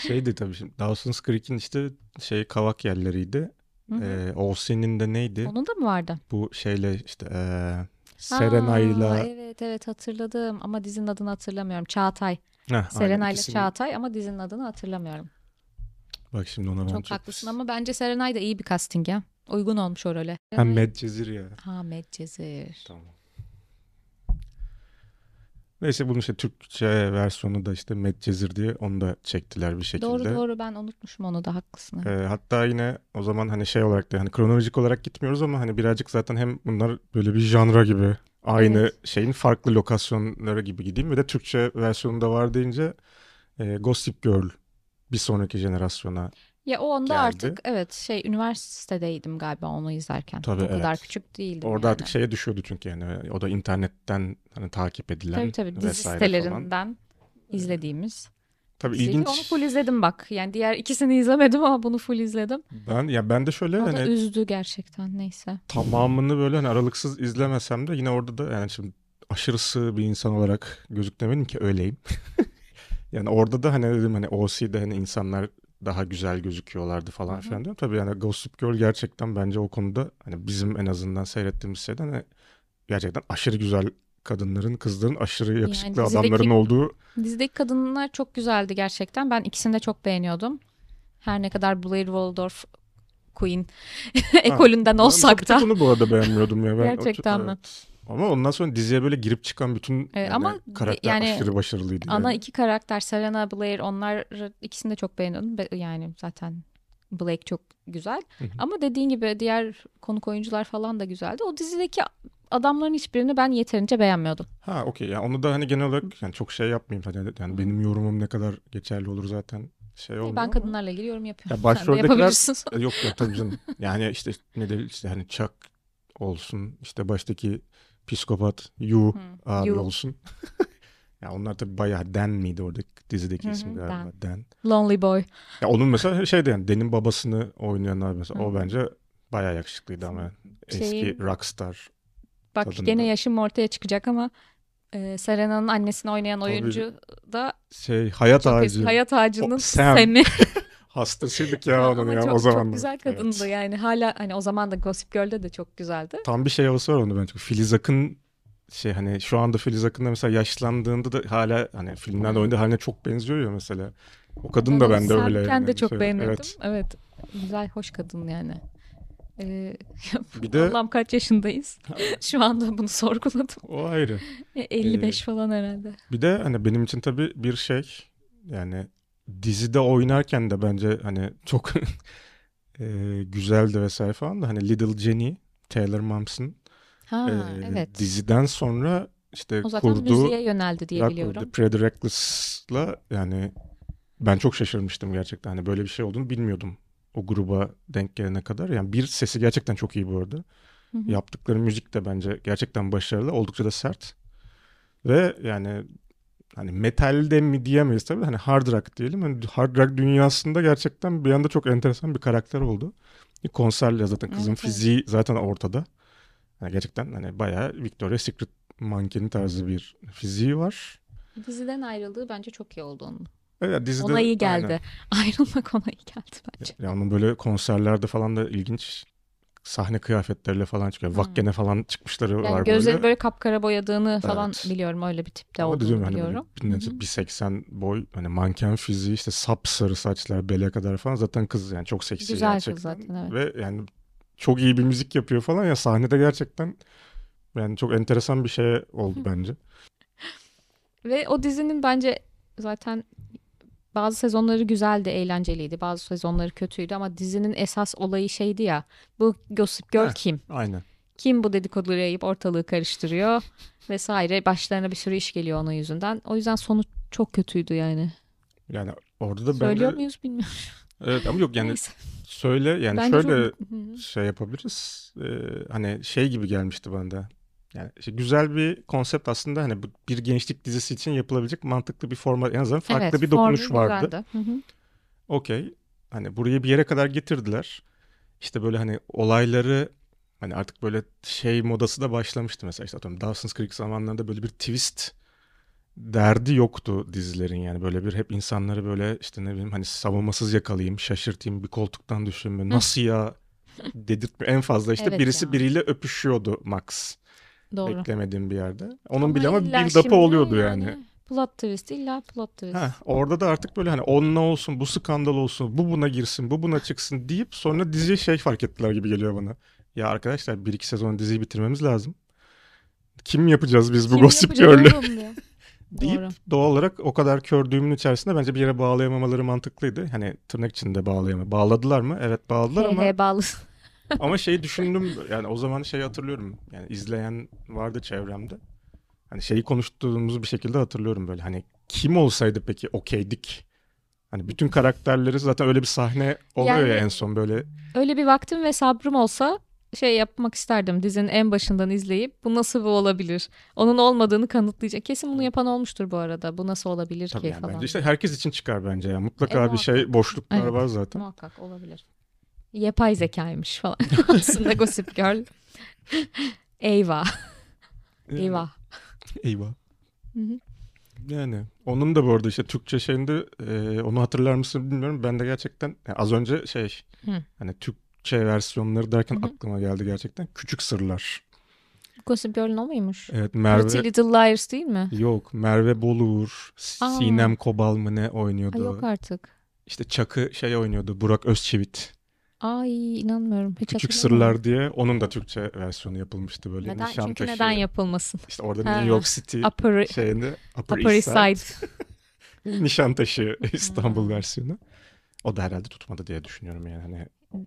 [SPEAKER 2] Şeydi tabii şimdi Dawson's Creek'in işte şey kavak yerleriydi.
[SPEAKER 1] Hı hı.
[SPEAKER 2] Ee, OC'nin de neydi?
[SPEAKER 1] Onun da mı vardı?
[SPEAKER 2] Bu şeyle işte ee,
[SPEAKER 1] Aa,
[SPEAKER 2] Serenay'la
[SPEAKER 1] Evet evet hatırladım ama dizinin adını hatırlamıyorum. Çağatay.
[SPEAKER 2] Heh, aynen,
[SPEAKER 1] Serenay'la
[SPEAKER 2] ikisini-
[SPEAKER 1] Çağatay ama dizinin adını hatırlamıyorum.
[SPEAKER 2] Bak şimdi ona ben
[SPEAKER 1] Çok haklısın ama bence Serenay da iyi bir casting ya. Uygun olmuş o role.
[SPEAKER 2] Hem Medcezir ya.
[SPEAKER 1] Ahmet Cezir.
[SPEAKER 2] Tamam. Neyse bunun işte Türkçe versiyonu da işte Medcezir diye onu da çektiler bir şekilde.
[SPEAKER 1] Doğru doğru ben unutmuşum onu da haklısın.
[SPEAKER 2] Ee, hatta yine o zaman hani şey olarak da hani kronolojik olarak gitmiyoruz ama hani birazcık zaten hem bunlar böyle bir janra gibi aynı
[SPEAKER 1] Evet.
[SPEAKER 2] şeyin farklı lokasyonları gibi gideyim ve de Türkçe versiyonunda var deyince e, Gossip Girl bir sonraki jenerasyona.
[SPEAKER 1] Ya o onda
[SPEAKER 2] geldi.
[SPEAKER 1] artık evet şey üniversitedeydim galiba onu izlerken.
[SPEAKER 2] Tabii,
[SPEAKER 1] o kadar
[SPEAKER 2] evet.
[SPEAKER 1] küçük değildim
[SPEAKER 2] Orada
[SPEAKER 1] yani.
[SPEAKER 2] artık şeye düşüyordu çünkü yani o da internetten hani takip edilen
[SPEAKER 1] Tabii tabii dizi
[SPEAKER 2] vesaire
[SPEAKER 1] sitelerinden
[SPEAKER 2] falan. Ee,
[SPEAKER 1] izlediğimiz
[SPEAKER 2] Tabii
[SPEAKER 1] diziyi.
[SPEAKER 2] ilginç.
[SPEAKER 1] Onu full izledim bak. Yani diğer ikisini izlemedim ama bunu full izledim.
[SPEAKER 2] Ben ya ben de şöyle
[SPEAKER 1] O da
[SPEAKER 2] hani
[SPEAKER 1] üzdü gerçekten neyse.
[SPEAKER 2] tamamını böyle hani aralıksız izlemesem de yine orada da yani şimdi aşırı sığ bir insan olarak gözükmemeliyim ki öyleyim. yani orada da hani dedim hani OC'de hani insanlar daha güzel gözüküyorlardı
[SPEAKER 1] Hı
[SPEAKER 2] falan
[SPEAKER 1] hı.
[SPEAKER 2] filan diyorum. Tabii yani Gossip Girl gerçekten bence o konuda hani bizim en azından seyrettiğimiz şeyden hani gerçekten aşırı güzel kadınların, kızların aşırı yakışıklı
[SPEAKER 1] dizideki-
[SPEAKER 2] adamların olduğu
[SPEAKER 1] Dizideki kadınlar çok güzeldi gerçekten. Ben ikisini de çok beğeniyordum. Her ne kadar Blair Waldorf Queen ekolünden
[SPEAKER 2] Ben mesela bir
[SPEAKER 1] olsak da.
[SPEAKER 2] tek onu bu arada beğenmiyordum ya. Ben o-
[SPEAKER 1] Gerçekten mi?
[SPEAKER 2] evet. Ama ondan sonra diziye böyle girip çıkan bütün
[SPEAKER 1] Ee,
[SPEAKER 2] yani
[SPEAKER 1] ama
[SPEAKER 2] karakter
[SPEAKER 1] yani
[SPEAKER 2] aşırı başarılıydı.
[SPEAKER 1] Ana
[SPEAKER 2] yani.
[SPEAKER 1] iki karakter Serena Blair onlar ikisini de çok beğeniyordum. Be- Yani zaten Blake çok güzel.
[SPEAKER 2] Hı hı.
[SPEAKER 1] Ama dediğin gibi diğer konuk oyuncular falan da güzeldi. O dizideki adamların hiçbirini ben yeterince beğenmiyordum.
[SPEAKER 2] Ha okey ya onu da hani genel olarak yani çok şey yapmayayım hani yani benim yorumum ne kadar geçerli olur zaten şey olmuyor.
[SPEAKER 1] ben
[SPEAKER 2] ama-
[SPEAKER 1] kadınlarla ilgili yorum yapıyorum.
[SPEAKER 2] Ya
[SPEAKER 1] Sen de
[SPEAKER 2] başroldekiler-
[SPEAKER 1] yapabilirsin.
[SPEAKER 2] E, Yok ya tabii canım. Yani işte ne de işte hani Chuck olsun işte baştaki psikopat Yu
[SPEAKER 1] Hı,
[SPEAKER 2] abi
[SPEAKER 1] Yu.
[SPEAKER 2] olsun. ya onlar tabii bayağı Dan miydi oradaki dizideki
[SPEAKER 1] Hı hı,
[SPEAKER 2] isim galiba Dan.
[SPEAKER 1] Lonely Boy.
[SPEAKER 2] Ya onun mesela şeydi yani Den'in babasını oynayan abi mesela
[SPEAKER 1] Hı.
[SPEAKER 2] o
[SPEAKER 1] Şey-
[SPEAKER 2] bence bayağı yakışıklıydı ama eski
[SPEAKER 1] Şeyin-
[SPEAKER 2] rockstar.
[SPEAKER 1] Bak
[SPEAKER 2] Tadında.
[SPEAKER 1] gene yaşım ortaya çıkacak ama e, Serena'nın annesini oynayan
[SPEAKER 2] Tabii.
[SPEAKER 1] oyuncu da
[SPEAKER 2] Şey hayat
[SPEAKER 1] çok eski.
[SPEAKER 2] ağacı
[SPEAKER 1] Hayat Ağacı'nın
[SPEAKER 2] O, Sam.
[SPEAKER 1] Sam'i.
[SPEAKER 2] hastasıydık ya onun
[SPEAKER 1] Ama
[SPEAKER 2] ya
[SPEAKER 1] çok,
[SPEAKER 2] o zaman.
[SPEAKER 1] çok güzel kadındı yani. Hala hani o zaman da Gossip Girl'de de çok güzeldi.
[SPEAKER 2] Tam bir şey havası var onda bence. Filiz Akın şey hani şu anda Filiz Akın'da mesela yaşlandığında da hala hani filmlerde oynadığı haline çok benziyor ya mesela. O kadın da
[SPEAKER 1] Ben
[SPEAKER 2] ben de
[SPEAKER 1] onu
[SPEAKER 2] öyle.
[SPEAKER 1] Serpken de
[SPEAKER 2] yani.
[SPEAKER 1] çok
[SPEAKER 2] Şey,
[SPEAKER 1] beğenirdim. Evet.
[SPEAKER 2] Evet.
[SPEAKER 1] Güzel, hoş kadın yani. Ee,
[SPEAKER 2] Bir de
[SPEAKER 1] Allah'ım kaç yaşındayız? Şu anda bunu sorguladım.
[SPEAKER 2] o ayrı.
[SPEAKER 1] E,
[SPEAKER 2] Ee,
[SPEAKER 1] 55 falan herhalde.
[SPEAKER 2] Bir de hani benim için tabii bir şey yani dizide oynarken de bence hani çok eee, güzeldi vesaire falan da hani Little Jenny Taylor Momsen
[SPEAKER 1] Ha
[SPEAKER 2] eee,
[SPEAKER 1] evet.
[SPEAKER 2] diziden sonra işte
[SPEAKER 1] o zaten
[SPEAKER 2] kurduğu
[SPEAKER 1] müziğe yöneldi diye
[SPEAKER 2] Rock
[SPEAKER 1] biliyorum.
[SPEAKER 2] With The Pretty Reckless'la yani ben çok şaşırmıştım gerçekten. Hani böyle bir şey olduğunu bilmiyordum o gruba denk gelene kadar. Yani bir sesi gerçekten çok iyi bu arada.
[SPEAKER 1] Hı hı.
[SPEAKER 2] Yaptıkları müzik de bence gerçekten başarılı. Oldukça da sert. Ve yani hani metalde mi diyemeyiz tabii. Hani hard rock diyelim. Hani hard rock dünyasında gerçekten bir anda çok enteresan bir karakter oldu. Bir Konserle zaten kızın
[SPEAKER 1] Evet, evet.
[SPEAKER 2] fiziği zaten ortada. Yani gerçekten hani bayağı Victoria's Secret mankeni tarzı bir fiziği var.
[SPEAKER 1] Diziden ayrıldığı bence çok iyi oldu onun.
[SPEAKER 2] Evet, dizide,
[SPEAKER 1] Ona iyi geldi.
[SPEAKER 2] aynen.
[SPEAKER 1] Ayrılmak ona iyi geldi bence.
[SPEAKER 2] Ya onun böyle konserlerde falan da ilginç sahne kıyafetleriyle falan çıkıyor.
[SPEAKER 1] Hmm.
[SPEAKER 2] Vakkene falan çıkmışları
[SPEAKER 1] Yani
[SPEAKER 2] var
[SPEAKER 1] gözleri
[SPEAKER 2] böyle.
[SPEAKER 1] böyle, kapkara boyadığını falan
[SPEAKER 2] Evet.
[SPEAKER 1] biliyorum. Öyle bir tipte
[SPEAKER 2] Ama
[SPEAKER 1] olduğunu
[SPEAKER 2] dediğim hani böyle
[SPEAKER 1] biliyorum.
[SPEAKER 2] bir-
[SPEAKER 1] Hı hı.
[SPEAKER 2] 1.80 boy hani manken fiziği işte sapsarı saçlar bele kadar falan zaten kız yani çok seksi
[SPEAKER 1] Güzel kız
[SPEAKER 2] gerçekten.
[SPEAKER 1] zaten, evet.
[SPEAKER 2] Ve yani çok iyi bir müzik yapıyor falan ya sahnede gerçekten yani çok enteresan bir şey oldu bence.
[SPEAKER 1] Ve o dizinin bence zaten bazı sezonları güzeldi, eğlenceliydi. Bazı sezonları kötüydü ama dizinin esas olayı şeydi ya. Bu Gossip Girl
[SPEAKER 2] Heh.
[SPEAKER 1] kim?
[SPEAKER 2] Aynen.
[SPEAKER 1] Kim bu dedikoduları yayıp ortalığı karıştırıyor vesaire. Başlarına bir sürü iş geliyor onun yüzünden. O yüzden sonu çok kötüydü yani.
[SPEAKER 2] Yani orada da ben
[SPEAKER 1] Söylüyor
[SPEAKER 2] de
[SPEAKER 1] muyuz bilmiyorum.
[SPEAKER 2] evet ama yok yani
[SPEAKER 1] Neyse.
[SPEAKER 2] söyle yani
[SPEAKER 1] Bence
[SPEAKER 2] şöyle
[SPEAKER 1] çok- Hı hı.
[SPEAKER 2] şey yapabiliriz. Ee, hani şey gibi gelmişti bana da. Yani işte güzel bir konsept aslında hani bu bir gençlik dizisi için yapılabilecek mantıklı bir format en azından farklı
[SPEAKER 1] Evet,
[SPEAKER 2] bir dokunuş
[SPEAKER 1] formül
[SPEAKER 2] vardı.
[SPEAKER 1] güzeldi. Hı hı.
[SPEAKER 2] Okey. Hani burayı bir yere kadar getirdiler. İşte böyle hani olayları hani artık böyle şey modası da başlamıştı mesela işte atıyorum Dawson's Creek zamanlarında böyle bir twist derdi yoktu dizilerin yani böyle bir hep insanları böyle işte ne bileyim hani savunmasız yakalayayım, şaşırtayım, bir koltuktan düşüreyim böyle nasıl ya dedirtme en fazla işte
[SPEAKER 1] Evet
[SPEAKER 2] birisi
[SPEAKER 1] ya.
[SPEAKER 2] biriyle öpüşüyordu Max
[SPEAKER 1] Doğru.
[SPEAKER 2] beklemediğim bir yerde. Onun bile ama
[SPEAKER 1] Ama illa
[SPEAKER 2] bir
[SPEAKER 1] şimdi
[SPEAKER 2] dapı oluyordu yani.
[SPEAKER 1] Plot twist illa plot twist.
[SPEAKER 2] Ha, orada da artık böyle hani onunla olsun, bu skandal olsun, bu buna girsin, bu buna çıksın deyip sonra diziye şey fark ettiler gibi geliyor bana. Ya arkadaşlar bir iki sezon diziyi bitirmemiz lazım. Kim yapacağız biz bu
[SPEAKER 1] Kim
[SPEAKER 2] Gossip
[SPEAKER 1] yapacak
[SPEAKER 2] Girl'ü
[SPEAKER 1] oğlum diye.
[SPEAKER 2] deyip
[SPEAKER 1] Doğru.
[SPEAKER 2] doğal olarak o kadar kör düğümün içerisinde bence bir yere bağlayamamaları mantıklıydı. Hani tırnak içinde bağlayama. Bağladılar mı? Evet bağladılar ama
[SPEAKER 1] HH bağlı.
[SPEAKER 2] ama şeyi düşündüm yani o zaman şeyi hatırlıyorum. Yani izleyen vardı çevremde. Hani şeyi konuştuğumuzu bir şekilde hatırlıyorum böyle. Hani kim olsaydı peki okeydik? Hani bütün karakterleri zaten öyle bir sahne oluyor ya
[SPEAKER 1] Yani-
[SPEAKER 2] en son böyle.
[SPEAKER 1] Öyle bir vaktim ve sabrım olsa şey yapmak isterdim dizinin en başından izleyip bu nasıl bu olabilir? Onun olmadığını kanıtlayacak. Kesin bunu yapan olmuştur bu arada. Bu nasıl olabilir
[SPEAKER 2] Tabii
[SPEAKER 1] ki
[SPEAKER 2] yani
[SPEAKER 1] falan.
[SPEAKER 2] bence işte herkes için çıkar bence ya. Mutlaka
[SPEAKER 1] E,
[SPEAKER 2] bir şey
[SPEAKER 1] muhakkak.
[SPEAKER 2] boşluklar
[SPEAKER 1] Evet.
[SPEAKER 2] var zaten.
[SPEAKER 1] Muhakkak olabilir. Yapay zekaymış falan. Aslında Gossip Girl. Eyvah. Eyvah.
[SPEAKER 2] Eyvah.
[SPEAKER 1] Hı hı.
[SPEAKER 2] Yani onun da bu arada işte Türkçe şeyinde e, onu hatırlar mısın bilmiyorum. Ben de gerçekten yani az önce şey
[SPEAKER 1] Hı.
[SPEAKER 2] hani Türkçe versiyonları derken
[SPEAKER 1] Hı hı.
[SPEAKER 2] aklıma geldi gerçekten. Küçük Sırlar.
[SPEAKER 1] Gossip Girl'ün o muymuş?
[SPEAKER 2] Evet Merve
[SPEAKER 1] Pretty Little Liars değil mi?
[SPEAKER 2] yok Merve Boluğur, S-
[SPEAKER 1] Aa.
[SPEAKER 2] Sinem Kobal mı ne
[SPEAKER 1] Ay
[SPEAKER 2] oynuyordu?
[SPEAKER 1] yok artık.
[SPEAKER 2] işte Çakı şey oynuyordu. Burak Özçivit.
[SPEAKER 1] Ay inanmıyorum. Hiç
[SPEAKER 2] Küçük
[SPEAKER 1] hatırlamıyorum.
[SPEAKER 2] Sırlar diye onun da Türkçe versiyonu yapılmıştı böyle.
[SPEAKER 1] Neden? Çünkü
[SPEAKER 2] Nişantaşı.
[SPEAKER 1] neden yapılmasın?
[SPEAKER 2] İşte orada
[SPEAKER 1] Ha.
[SPEAKER 2] New York City
[SPEAKER 1] Upper,
[SPEAKER 2] şeyinde Upper,
[SPEAKER 1] Upper East Side.
[SPEAKER 2] Nişantaşı İstanbul
[SPEAKER 1] Hmm.
[SPEAKER 2] versiyonu. O da herhalde tutmadı diye düşünüyorum yani. Hani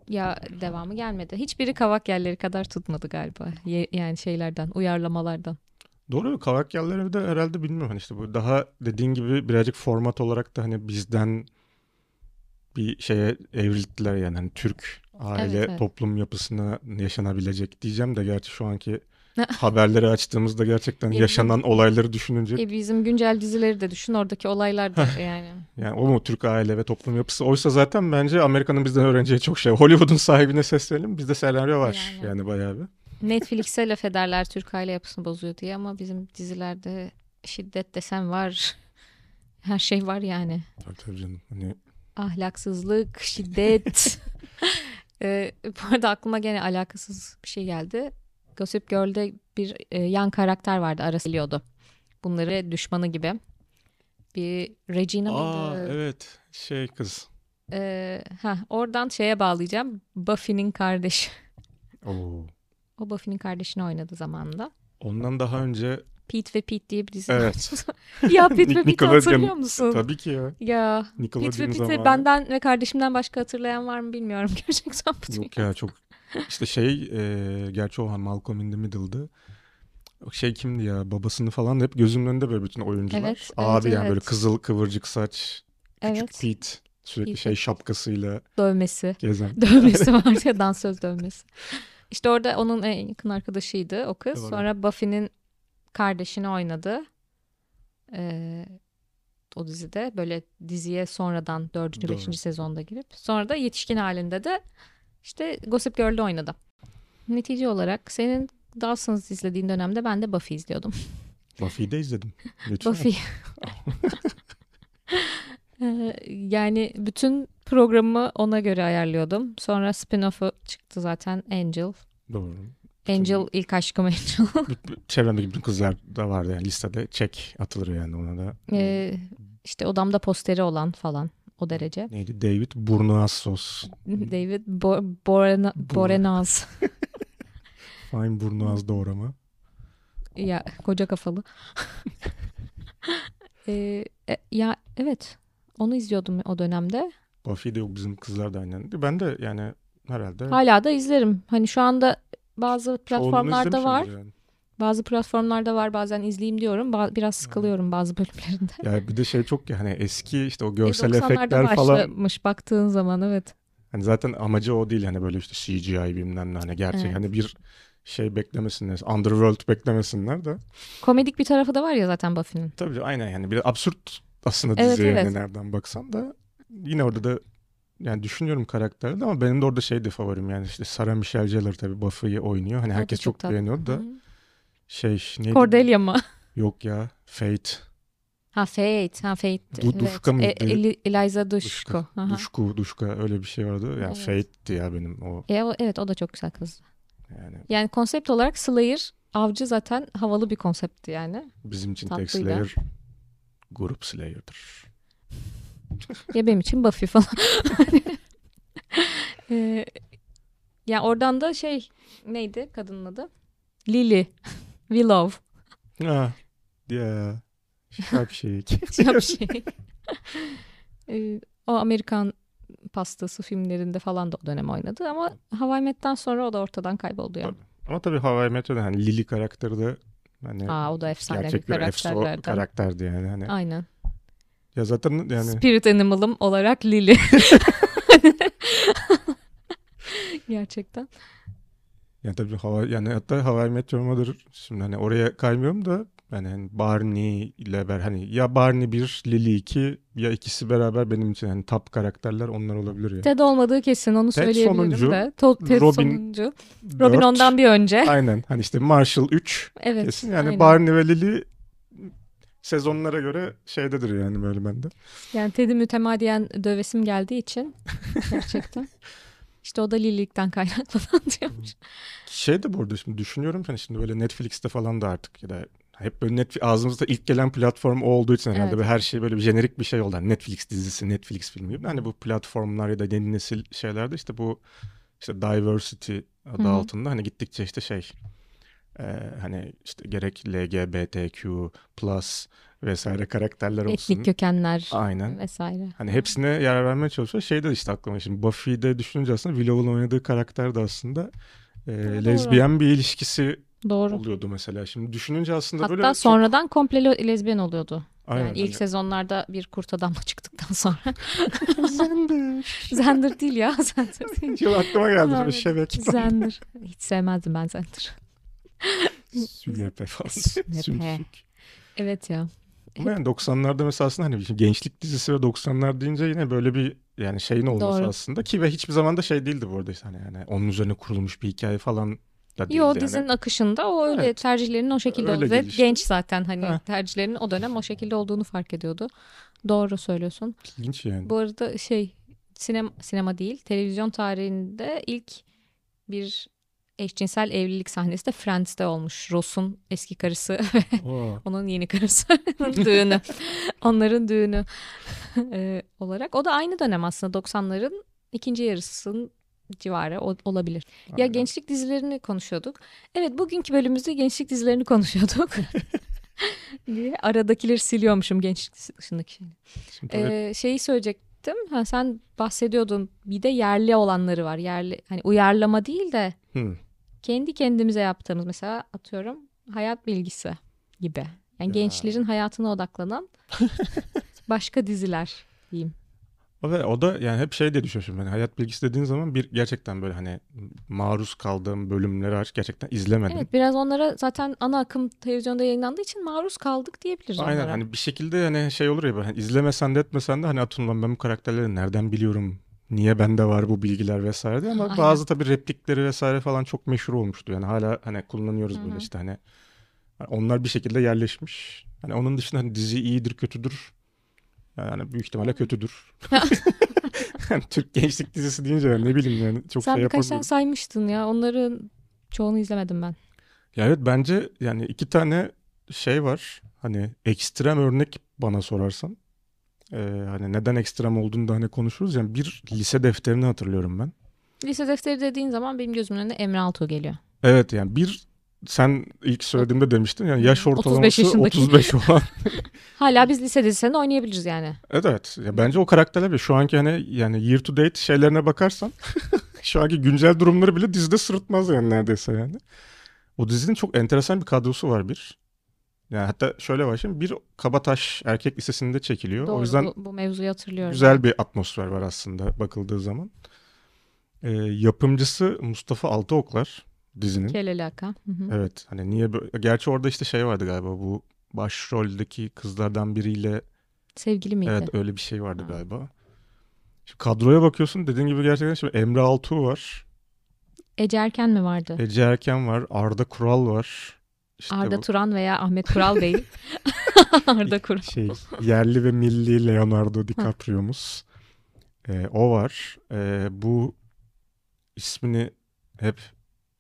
[SPEAKER 1] Ya devamı gelmedi. Hiçbiri kavak yerleri kadar tutmadı galiba. Ye- yani şeylerden, uyarlamalardan.
[SPEAKER 2] Doğru kavak yerleri de herhalde bilmiyorum. Hani işte bu daha dediğin gibi birazcık format olarak da hani bizden bir şeye evrildiler yani. Hani Türk aile
[SPEAKER 1] Evet, evet.
[SPEAKER 2] toplum yapısına yaşanabilecek diyeceğim de gerçi şu anki haberleri açtığımızda gerçekten
[SPEAKER 1] Ya bu-
[SPEAKER 2] yaşanan olayları düşününce
[SPEAKER 1] E bizim güncel dizileri de düşün, oradaki olaylar da yani.
[SPEAKER 2] yani o mu Türk aile ve toplum yapısı? Oysa zaten bence Amerika'nın bizden öğreneceği çok şey. Hollywood'un sahibine seslenelim. Bizde senaryo var
[SPEAKER 1] Yani.
[SPEAKER 2] yani bayağı bir.
[SPEAKER 1] Netflix'e laf ederler Türk aile yapısını bozuyor diye ama bizim dizilerde şiddet desen var. Her şey var yani.
[SPEAKER 2] Tabii tabii canım. Hani
[SPEAKER 1] Ahlaksızlık, şiddet. Ee, E, bu arada aklıma gene alakasız bir şey geldi. Gossip Girl'de bir e, yan karakter vardı arası geliyordu. Bunları düşmanı gibi. Bir Regina
[SPEAKER 2] Aa
[SPEAKER 1] mıydı?
[SPEAKER 2] evet şey kız.
[SPEAKER 1] Ee, heh, oradan şeye bağlayacağım. Buffy'nin kardeşi.
[SPEAKER 2] Oo.
[SPEAKER 1] O Buffy'nin kardeşini oynadı zamanında.
[SPEAKER 2] Ondan daha önce
[SPEAKER 1] Pete ve Pete diye bir dizi.
[SPEAKER 2] Evet.
[SPEAKER 1] ya Pete ve Pete
[SPEAKER 2] Nickelodeon.
[SPEAKER 1] hatırlıyor musun?
[SPEAKER 2] tabii ki ya
[SPEAKER 1] Ya Pete ve
[SPEAKER 2] Nickelodeon
[SPEAKER 1] Pete'i
[SPEAKER 2] zamanı.
[SPEAKER 1] benden ve kardeşimden başka hatırlayan var mı bilmiyorum gerçekten. bu
[SPEAKER 2] Yok ya çok işte şey e, gerçi o Malcolm in the Middle'dı. O Şey kimdi ya babasını falan da hep gözümün önünde böyle bütün oyuncular.
[SPEAKER 1] Evet, evet,
[SPEAKER 2] Abi yani
[SPEAKER 1] evet.
[SPEAKER 2] böyle kızıl kıvırcık saç, küçük
[SPEAKER 1] Evet.
[SPEAKER 2] Pete sürekli
[SPEAKER 1] Pete.
[SPEAKER 2] şey şapkasıyla
[SPEAKER 1] Dövmesi.
[SPEAKER 2] gezen.
[SPEAKER 1] Dövmesi var ya dansöz dövmesi. İşte orada onun en yakın arkadaşıydı o kız.
[SPEAKER 2] Doğru.
[SPEAKER 1] Sonra Buffy'nin kardeşini oynadı. Ee, o dizide böyle diziye sonradan 4.
[SPEAKER 2] Doğru.
[SPEAKER 1] 5. sezonda girip sonra da yetişkin halinde de işte Gossip Girl'de oynadı. Netice olarak senin Dawson's izlediğin dönemde ben de Buffy izliyordum.
[SPEAKER 2] Buffy'yi de izledim. Lütfen.
[SPEAKER 1] Buffy. Ee, yani bütün programı ona göre ayarlıyordum. Sonra spin-off'u çıktı zaten Angel.
[SPEAKER 2] Doğru.
[SPEAKER 1] Angel ilk aşkım Angel.
[SPEAKER 2] Bütün- Çevremdeki bütün kızlar da vardı yani listede. Çek atılır yani ona da.
[SPEAKER 1] Ee, işte odamda posteri olan falan o derece.
[SPEAKER 2] Neydi? David Burnuasos.
[SPEAKER 1] David Bo- Borena- Borenaz.
[SPEAKER 2] Fine Burnuaz doğrama.
[SPEAKER 1] ya koca kafalı. Ee, e, ya evet. Onu izliyordum o dönemde.
[SPEAKER 2] Buffy de yok bizim kızlar da aynen. Ben de yani herhalde
[SPEAKER 1] Hala da izlerim. Hani şu anda bazı
[SPEAKER 2] çoğunluğunu
[SPEAKER 1] platformlarda var.
[SPEAKER 2] izlemişimdir yani.
[SPEAKER 1] Bazı platformlarda var bazen izleyeyim diyorum. Ba- biraz sıkılıyorum bazı bölümlerinde.
[SPEAKER 2] Ya bir de şey çok ya hani eski işte o
[SPEAKER 1] E,
[SPEAKER 2] görsel
[SPEAKER 1] 90'larda
[SPEAKER 2] efektler falan.
[SPEAKER 1] başlamış baktığın zaman evet.
[SPEAKER 2] Hani zaten amacı o değil hani böyle işte CGI bilmem ne hani gerçek
[SPEAKER 1] Evet.
[SPEAKER 2] hani bir şey beklemesinler. Underworld beklemesinler de.
[SPEAKER 1] Komedik bir tarafı da var ya zaten Buffy'nin.
[SPEAKER 2] Tabii aynen yani bir absürt aslında
[SPEAKER 1] Evet,
[SPEAKER 2] dizi yani
[SPEAKER 1] evet.
[SPEAKER 2] nereden baksan da yine orada da yani düşünüyorum karakteri de ama benim de orada şeydi favorim yani işte Sarah Michelle Gellar tabii Buffy'yi oynuyor. Hani
[SPEAKER 1] da
[SPEAKER 2] herkes
[SPEAKER 1] çok
[SPEAKER 2] çok,
[SPEAKER 1] tatlı.
[SPEAKER 2] beğeniyordu da şey neydi?
[SPEAKER 1] Cordelia mı?
[SPEAKER 2] Yok ya Fate.
[SPEAKER 1] Ha Fate. Ha Fate. E,
[SPEAKER 2] Du- Duşka mıydı?
[SPEAKER 1] Eli- Eliza Duşko. Aha.
[SPEAKER 2] Duşku, Duşka öyle bir şey vardı. Yani
[SPEAKER 1] Evet.
[SPEAKER 2] Fate'ti ya benim o
[SPEAKER 1] E, o- evet o da çok güzel kız.
[SPEAKER 2] yani
[SPEAKER 1] Yani konsept olarak Slayer avcı zaten havalı bir konseptti yani.
[SPEAKER 2] Bizim için tek
[SPEAKER 1] Tatlıydı.
[SPEAKER 2] Slayer grup Slayer'dır.
[SPEAKER 1] Ya benim için Buffy falan. Ee, ya oradan da şey neydi kadının adı? Lily. Willow.
[SPEAKER 2] Ah. Ya. Şapşik.
[SPEAKER 1] Yap şey. Ee, o Amerikan pastası filmlerinde falan da o dönem oynadı ama Hawaii Met'ten sonra o da ortadan kayboldu ya.
[SPEAKER 2] Ama tabii Hawaii Meteor'da hani Lily karakteri de hani
[SPEAKER 1] Aa o da efsane
[SPEAKER 2] gerçek
[SPEAKER 1] bir
[SPEAKER 2] bir efso
[SPEAKER 1] karakterlerden.
[SPEAKER 2] karakterdi yani. Hani,
[SPEAKER 1] Aynen.
[SPEAKER 2] ya zaten yani
[SPEAKER 1] Spirit Animal'ım olarak Lily. Gerçekten.
[SPEAKER 2] yani tabii hava yani hatta Hawaii Meteor Mother şimdi hani oraya kaymıyorum da yani hani Barney ile ber hani ya Barney 1 Lily 2 ya ikisi beraber benim için hani top karakterler onlar olabilir ya.
[SPEAKER 1] Ted olmadığı kesin onu
[SPEAKER 2] Ted
[SPEAKER 1] söyleyebilirim
[SPEAKER 2] sonuncu,
[SPEAKER 1] de. To- Ted
[SPEAKER 2] Robin-
[SPEAKER 1] sonuncu. Robin
[SPEAKER 2] Dört.
[SPEAKER 1] ondan bir önce.
[SPEAKER 2] Aynen. Hani işte Marshall 3
[SPEAKER 1] Evet.
[SPEAKER 2] Kesin yani
[SPEAKER 1] aynen.
[SPEAKER 2] Barney ve Lily sezonlara göre şeydedir yani böyle bende.
[SPEAKER 1] Yani Ted'i mütemadiyen dövesim geldiği için gerçekten. işte o da Lily'likten kaynaklı falan diyormuş.
[SPEAKER 2] Şey de bu arada şimdi düşünüyorum hani şimdi böyle Netflix'te falan da artık ya da hep böyle net ağzımızda ilk gelen platform o olduğu için herhalde
[SPEAKER 1] Evet.
[SPEAKER 2] böyle her şey böyle bir jenerik bir şey oldu. Hani Netflix dizisi, Netflix filmi gibi. Hani bu platformlar ya da yeni nesil şeylerde işte bu işte diversity
[SPEAKER 1] Hı
[SPEAKER 2] adı
[SPEAKER 1] hı.
[SPEAKER 2] altında hani gittikçe işte şey e, hani işte gerek LGBTQ plus vesaire karakterler olsun.
[SPEAKER 1] Etnik kökenler
[SPEAKER 2] Aynen.
[SPEAKER 1] vesaire.
[SPEAKER 2] Hani hepsine yer vermeye çalışıyor. Şey de işte aklıma şimdi Buffy'de düşününce aslında Willow'un oynadığı karakter de aslında e,
[SPEAKER 1] doğru.
[SPEAKER 2] lezbiyen bir ilişkisi
[SPEAKER 1] Doğru.
[SPEAKER 2] oluyordu mesela. Şimdi düşününce aslında
[SPEAKER 1] Hatta
[SPEAKER 2] böyle çok-
[SPEAKER 1] sonradan komple lo- lezbiyen oluyordu.
[SPEAKER 2] Aynen,
[SPEAKER 1] yani ilk sezonlarda bir kurt adamla çıktıktan sonra.
[SPEAKER 2] hani- Zender.
[SPEAKER 1] Zender değil ya. Zender değil.
[SPEAKER 2] Şimdi aklıma geldi böyle
[SPEAKER 1] Evet.
[SPEAKER 2] şebek.
[SPEAKER 1] Zender. Hiç sevmezdim ben Zender.
[SPEAKER 2] Sünepe falan.
[SPEAKER 1] Sünepe.
[SPEAKER 2] Sümsük.
[SPEAKER 1] Evet ya.
[SPEAKER 2] Ama yani 90'larda mesela aslında hani şimdi gençlik dizisi ve 90'lar deyince yine böyle bir yani şeyin olması
[SPEAKER 1] Doğru.
[SPEAKER 2] aslında ki ve hiçbir zaman da şey değildi bu arada işte hani yani onun üzerine kurulmuş bir hikaye falan da değildi.
[SPEAKER 1] Yo
[SPEAKER 2] yani.
[SPEAKER 1] dizinin akışında o öyle
[SPEAKER 2] Evet.
[SPEAKER 1] tercihlerinin o şekilde
[SPEAKER 2] Öyle
[SPEAKER 1] oldu. Ve
[SPEAKER 2] gelişti.
[SPEAKER 1] Genç zaten hani
[SPEAKER 2] Ha.
[SPEAKER 1] tercihlerinin o dönem o şekilde olduğunu fark ediyordu. Doğru söylüyorsun.
[SPEAKER 2] İlginç yani.
[SPEAKER 1] Bu arada şey sinema, sinema değil televizyon tarihinde ilk bir eşcinsel evlilik sahnesi de Friends'te olmuş. Ross'un eski karısı ve
[SPEAKER 2] Oo.
[SPEAKER 1] onun yeni karısının düğünü. Onların düğünü e, olarak. O da aynı dönem aslında 90'ların ikinci yarısının civarı o- olabilir. Ya
[SPEAKER 2] Aynen.
[SPEAKER 1] gençlik dizilerini konuşuyorduk. Evet bugünkü bölümümüzde gençlik dizilerini konuşuyorduk. diye aradakileri siliyormuşum gençlik dizisi dışındaki şeyleri.
[SPEAKER 2] Şimdi tabii
[SPEAKER 1] Ee, şeyi söyleyecektim. Ha, sen bahsediyordun. Bir de yerli olanları var. Yerli hani uyarlama değil de
[SPEAKER 2] Hı.
[SPEAKER 1] kendi kendimize yaptığımız mesela atıyorum hayat bilgisi gibi. Yani
[SPEAKER 2] Ya.
[SPEAKER 1] gençlerin hayatına odaklanan başka diziler.
[SPEAKER 2] O da, o da yani hep şey diye düşünmüşüm. Yani hayat bilgisi dediğin zaman bir gerçekten böyle hani maruz kaldığım bölümleri aç gerçekten izlemedim.
[SPEAKER 1] Evet biraz onlara zaten ana akım televizyonda yayınlandığı için maruz kaldık diyebiliriz
[SPEAKER 2] Aynen
[SPEAKER 1] onlara.
[SPEAKER 2] hani bir şekilde hani şey olur ya böyle hani izlemesen de etmesen de hani atıyorum lan ben bu karakterleri nereden biliyorum? Niye bende var bu bilgiler vesaire diye ama
[SPEAKER 1] Aynen.
[SPEAKER 2] bazı tabii replikleri vesaire falan çok meşhur olmuştu. Yani hala hani kullanıyoruz
[SPEAKER 1] Hı
[SPEAKER 2] böyle
[SPEAKER 1] hı.
[SPEAKER 2] işte hani hani onlar bir şekilde yerleşmiş. Hani onun dışında hani dizi iyidir kötüdür. Yani büyük ihtimalle kötüdür. yani Türk gençlik dizisi deyince ben ne bileyim yani çok
[SPEAKER 1] Sen
[SPEAKER 2] şey
[SPEAKER 1] birkaç tane
[SPEAKER 2] yapamıyorum.
[SPEAKER 1] saymıştın ya. Onların çoğunu izlemedim ben.
[SPEAKER 2] Ya evet bence yani iki tane şey var. Hani ekstrem örnek bana sorarsan. Ee, hani neden ekstrem olduğunu da hani konuşuruz. Yani bir lise defterini hatırlıyorum ben.
[SPEAKER 1] Lise defteri dediğin zaman benim gözümün önüne Emre Altuğ geliyor.
[SPEAKER 2] Evet yani bir sen ilk söylediğimde demiştin yani yaş
[SPEAKER 1] 35
[SPEAKER 2] ortalaması 35,
[SPEAKER 1] yaşındaki.
[SPEAKER 2] olan.
[SPEAKER 1] Hala biz lise dizisini oynayabiliriz yani.
[SPEAKER 2] Evet evet. Ya bence o karakterler bile şu anki hani yani year to date şeylerine bakarsan şu anki güncel durumları bile dizide sırıtmaz yani neredeyse yani. O dizinin çok enteresan bir kadrosu var bir. Yani hatta şöyle var şimdi bir Kabataş Erkek Lisesi'nde çekiliyor.
[SPEAKER 1] Doğru
[SPEAKER 2] o yüzden
[SPEAKER 1] bu, bu mevzuyu hatırlıyorum.
[SPEAKER 2] güzel bir atmosfer var aslında bakıldığı zaman. Ee, yapımcısı Mustafa Altıoklar dizinin.
[SPEAKER 1] Kel alaka. Hı hı.
[SPEAKER 2] Evet hani niye böyle... Gerçi orada işte şey vardı galiba bu başroldeki kızlardan biriyle
[SPEAKER 1] Sevgili miydi?
[SPEAKER 2] Evet öyle bir şey vardı
[SPEAKER 1] Ha.
[SPEAKER 2] galiba. Şimdi kadroya bakıyorsun dediğin gibi gerçekten şimdi Emre Altuğ var.
[SPEAKER 1] Ece Erken mi vardı?
[SPEAKER 2] Ece Erken var. Arda Kural var. İşte
[SPEAKER 1] Arda
[SPEAKER 2] E, bu
[SPEAKER 1] Turan veya Ahmet Kural değil. Arda Kural.
[SPEAKER 2] şey yerli ve milli Leonardo DiCaprio'muz. Ee, o var. Ee, bu ismini hep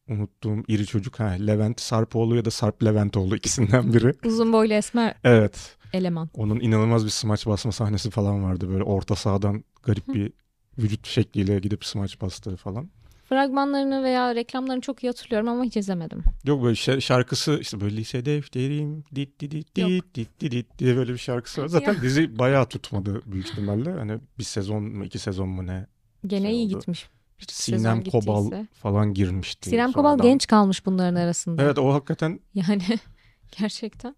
[SPEAKER 2] unuttuğum iri çocuk ha Levent Sarpoğlu ya da Sarp Leventoğlu ikisinden biri.
[SPEAKER 1] Uzun boylu esmer
[SPEAKER 2] Evet.
[SPEAKER 1] eleman.
[SPEAKER 2] Onun inanılmaz bir smaç basma sahnesi falan vardı. Böyle orta sahadan garip bir vücut şekliyle gidip smaç bastığı falan.
[SPEAKER 1] Fragmanlarını veya reklamlarını çok iyi hatırlıyorum ama hiç izlemedim.
[SPEAKER 2] Yok böyle şa- şarkısı işte böyle lise defterim dit dit dit
[SPEAKER 1] Yok.
[SPEAKER 2] dit dit dit dit diye böyle bir şarkısı var. Zaten
[SPEAKER 1] Ya.
[SPEAKER 2] dizi bayağı tutmadı büyük ihtimalle. Hani bir sezon mu iki sezon mu ne?
[SPEAKER 1] Gene
[SPEAKER 2] Şey
[SPEAKER 1] iyi
[SPEAKER 2] oldu.
[SPEAKER 1] gitmiş.
[SPEAKER 2] İşte
[SPEAKER 1] sezon
[SPEAKER 2] Sinem Kobal
[SPEAKER 1] gittiyse.
[SPEAKER 2] falan girmişti.
[SPEAKER 1] Sinem Kobal
[SPEAKER 2] sonradan.
[SPEAKER 1] genç kalmış bunların arasında.
[SPEAKER 2] Evet o hakikaten
[SPEAKER 1] Yani gerçekten.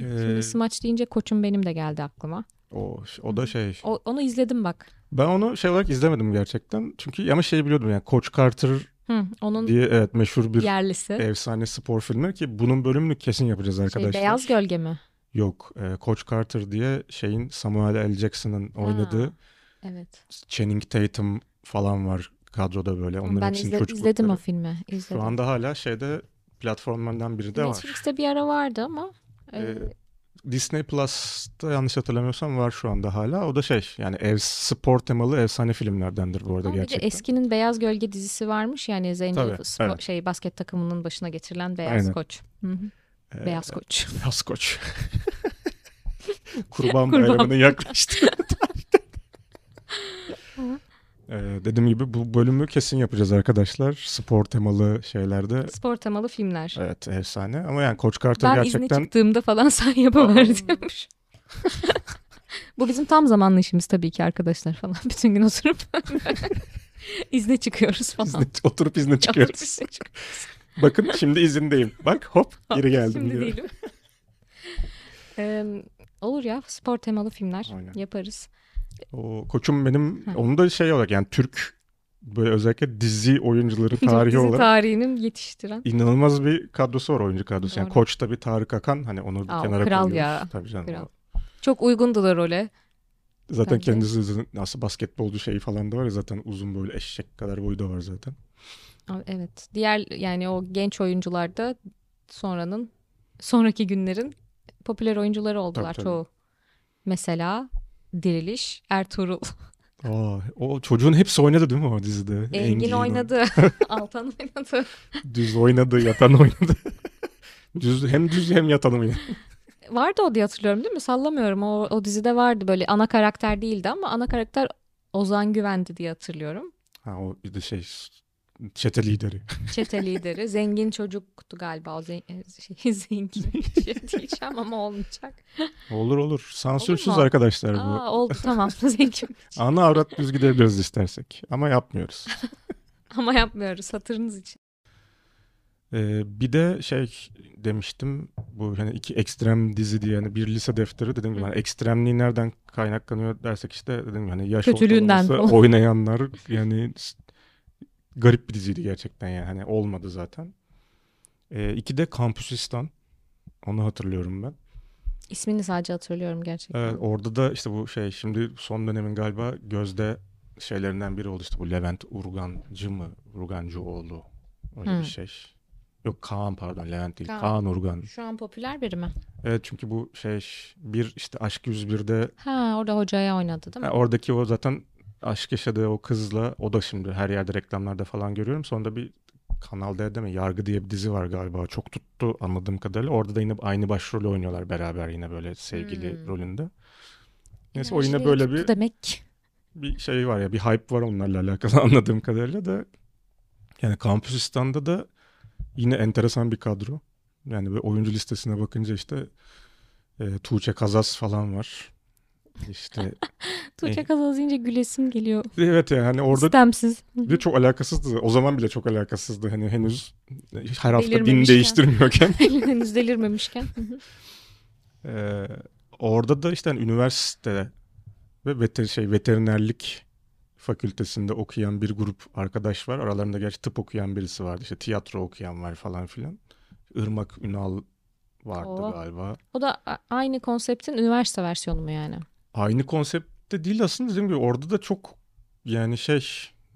[SPEAKER 2] e,
[SPEAKER 1] Şimdi smaç deyince koçum benim de geldi aklıma.
[SPEAKER 2] o, o da şey.
[SPEAKER 1] O, onu izledim bak.
[SPEAKER 2] Ben onu şey olarak izlemedim gerçekten. Çünkü ama şey biliyordum yani Coach Carter
[SPEAKER 1] Hı, onun
[SPEAKER 2] diye evet meşhur bir
[SPEAKER 1] yerlisi.
[SPEAKER 2] efsane spor filmi ki bunun bölümünü kesin yapacağız
[SPEAKER 1] Şey,
[SPEAKER 2] arkadaşlar.
[SPEAKER 1] beyaz gölge mi?
[SPEAKER 2] Yok, e, Coach Carter diye şeyin Samuel L. Jackson'ın oynadığı
[SPEAKER 1] Ha, Evet.
[SPEAKER 2] Channing Tatum falan var kadroda böyle. Onların
[SPEAKER 1] ben
[SPEAKER 2] hepsinin
[SPEAKER 1] izle-
[SPEAKER 2] çocuklukları.
[SPEAKER 1] izledim o filmi. İzledim.
[SPEAKER 2] Şu anda hala şeyde platformlardan biri de var.
[SPEAKER 1] Netflix'te bir ara vardı ama e,
[SPEAKER 2] Ee, Disney Plus'ta yanlış hatırlamıyorsam var şu anda hala. O da şey yani ev, spor temalı efsane filmlerdendir bu arada
[SPEAKER 1] ama bir de
[SPEAKER 2] gerçekten.
[SPEAKER 1] eskinin Beyaz Gölge dizisi varmış hani yani Zenci
[SPEAKER 2] Tabii,
[SPEAKER 1] spo-
[SPEAKER 2] evet.
[SPEAKER 1] şey basket takımının başına getirilen Beyaz
[SPEAKER 2] Aynen.
[SPEAKER 1] Koç. Hı hı.
[SPEAKER 2] Ee,
[SPEAKER 1] Beyaz Koç.
[SPEAKER 2] Beyaz Koç. Kurban
[SPEAKER 1] Kurban.
[SPEAKER 2] Bayramı'nın yaklaştığı tarihte. Ee, dediğim gibi bu bölümü kesin yapacağız arkadaşlar. Spor temalı şeylerde.
[SPEAKER 1] Spor temalı filmler.
[SPEAKER 2] Evet efsane ama yani Koç Carter
[SPEAKER 1] ben izne
[SPEAKER 2] gerçekten
[SPEAKER 1] çıktığımda falan sen yapıver diyormuş. Bu bizim tam zamanlı işimiz tabii ki arkadaşlar falan. Bütün gün oturup izne çıkıyoruz falan.
[SPEAKER 2] izne- oturup izne
[SPEAKER 1] Oturup
[SPEAKER 2] çıkıyoruz.
[SPEAKER 1] izne çıkıyoruz.
[SPEAKER 2] Bakın şimdi izindeyim. Bak hop geri geldim.
[SPEAKER 1] Şimdi
[SPEAKER 2] diyor.
[SPEAKER 1] değilim. Em, olur ya spor temalı filmler
[SPEAKER 2] Aynen.
[SPEAKER 1] yaparız.
[SPEAKER 2] O koçum benim
[SPEAKER 1] Hı.
[SPEAKER 2] onu da şey olarak yani Türk böyle özellikle dizi oyuncuları tarihi
[SPEAKER 1] Dizi
[SPEAKER 2] olarak
[SPEAKER 1] tarihinin yetiştiren.
[SPEAKER 2] İnanılmaz bir kadrosu var oyuncu kadrosu. Yani
[SPEAKER 1] Doğru.
[SPEAKER 2] koç tabii Tarık Akan hani onu bir
[SPEAKER 1] Aa, o
[SPEAKER 2] kenara
[SPEAKER 1] kral
[SPEAKER 2] koyuyoruz.
[SPEAKER 1] ya.
[SPEAKER 2] Tabii canım.
[SPEAKER 1] Kral. Çok uygundu da role.
[SPEAKER 2] Zaten
[SPEAKER 1] Bence.
[SPEAKER 2] kendisi nasıl basketbolcu şeyi falan da var ya zaten uzun böyle eşek kadar boyu da var zaten.
[SPEAKER 1] Aa, Evet. Diğer yani o genç oyuncular da sonranın sonraki günlerin popüler oyuncuları oldular
[SPEAKER 2] tabii.
[SPEAKER 1] çoğu. Mesela Diriliş Ertuğrul
[SPEAKER 2] Aa, o çocuğun hepsi oynadı değil mi o dizide?
[SPEAKER 1] Engin oynadı. Altan oynadı.
[SPEAKER 2] Düz oynadı, yatan oynadı. düz hem düz hem yatan oynadı.
[SPEAKER 1] Vardı o diye hatırlıyorum değil mi? Sallamıyorum. O, o dizide vardı böyle ana karakter değildi ama ana karakter Ozan Güvendi diye hatırlıyorum.
[SPEAKER 2] Ha o bir de şey çete lideri.
[SPEAKER 1] Çete lideri. zengin çocuktu galiba. O zen- şey, zengin şey diyeceğim ama olmayacak.
[SPEAKER 2] Olur olur. Sansürsüz
[SPEAKER 1] Olur mu?
[SPEAKER 2] arkadaşlar bu.
[SPEAKER 1] Aa, oldu tamam zengin.
[SPEAKER 2] Ana avrat düz gidebiliriz istersek. Ama yapmıyoruz.
[SPEAKER 1] ama yapmıyoruz hatırınız için.
[SPEAKER 2] Ee, bir de şey demiştim bu hani iki ekstrem dizi diye hani bir lise defteri dediğim gibi hani ekstremliği nereden kaynaklanıyor dersek işte dediğim gibi hani yaş
[SPEAKER 1] Kötülüğünden
[SPEAKER 2] ortalaması
[SPEAKER 1] falan.
[SPEAKER 2] oynayanlar yani s- garip bir diziydi gerçekten yani hani olmadı zaten. Ee, iki de Kampüsistan onu hatırlıyorum ben.
[SPEAKER 1] İsmini sadece hatırlıyorum gerçekten.
[SPEAKER 2] Evet, Ee, orada da işte bu şey şimdi son dönemin galiba gözde şeylerinden biri oldu işte bu Levent Urgancı mı? Urgancıoğlu öyle
[SPEAKER 1] Hmm.
[SPEAKER 2] bir şey. Yok Kaan pardon Levent değil.
[SPEAKER 1] Kaan.
[SPEAKER 2] Kaan Urgan.
[SPEAKER 1] Şu an popüler biri mi?
[SPEAKER 2] Evet çünkü bu şey bir işte Aşk 101'de
[SPEAKER 1] Ha orada hocaya oynadı değil mi?
[SPEAKER 2] ha, oradaki o zaten aşk yaşadığı o kızla o da şimdi her yerde reklamlarda falan görüyorum. Sonra da bir Kanal D'de mi Yargı diye bir dizi var galiba. Çok tuttu anladığım kadarıyla. Orada da yine aynı başrolü oynuyorlar beraber yine böyle sevgili
[SPEAKER 1] Hmm.
[SPEAKER 2] rolünde. Neyse o
[SPEAKER 1] Enerjileri
[SPEAKER 2] yine böyle
[SPEAKER 1] şey tuttu
[SPEAKER 2] bir
[SPEAKER 1] demek ki.
[SPEAKER 2] bir şey var ya bir hype var onlarla alakalı anladığım kadarıyla da yani Kampüsistan'da da yine enteresan bir kadro. Yani böyle oyuncu listesine bakınca işte e, Tuğçe Kazas falan var. İşte
[SPEAKER 1] Tuğçe
[SPEAKER 2] Eh.
[SPEAKER 1] Kazaz deyince gülesim geliyor.
[SPEAKER 2] evet yani hani orada
[SPEAKER 1] İstemsiz.
[SPEAKER 2] bir de çok alakasızdı. O zaman bile çok alakasızdı. Hani henüz her hafta din
[SPEAKER 1] Delirmemişken.
[SPEAKER 2] değiştirmiyorken.
[SPEAKER 1] Henüz delirmemişken.
[SPEAKER 2] Ee, orada da işte hani üniversite ve veter şey veterinerlik fakültesinde okuyan bir grup arkadaş var. Aralarında gerçi tıp okuyan birisi vardı. İşte tiyatro okuyan var falan filan. Irmak Ünal vardı
[SPEAKER 1] Oo.
[SPEAKER 2] galiba.
[SPEAKER 1] O da a- aynı konseptin üniversite versiyonu mu yani?
[SPEAKER 2] Aynı konseptte değil aslında dediğim gibi orada da çok yani şey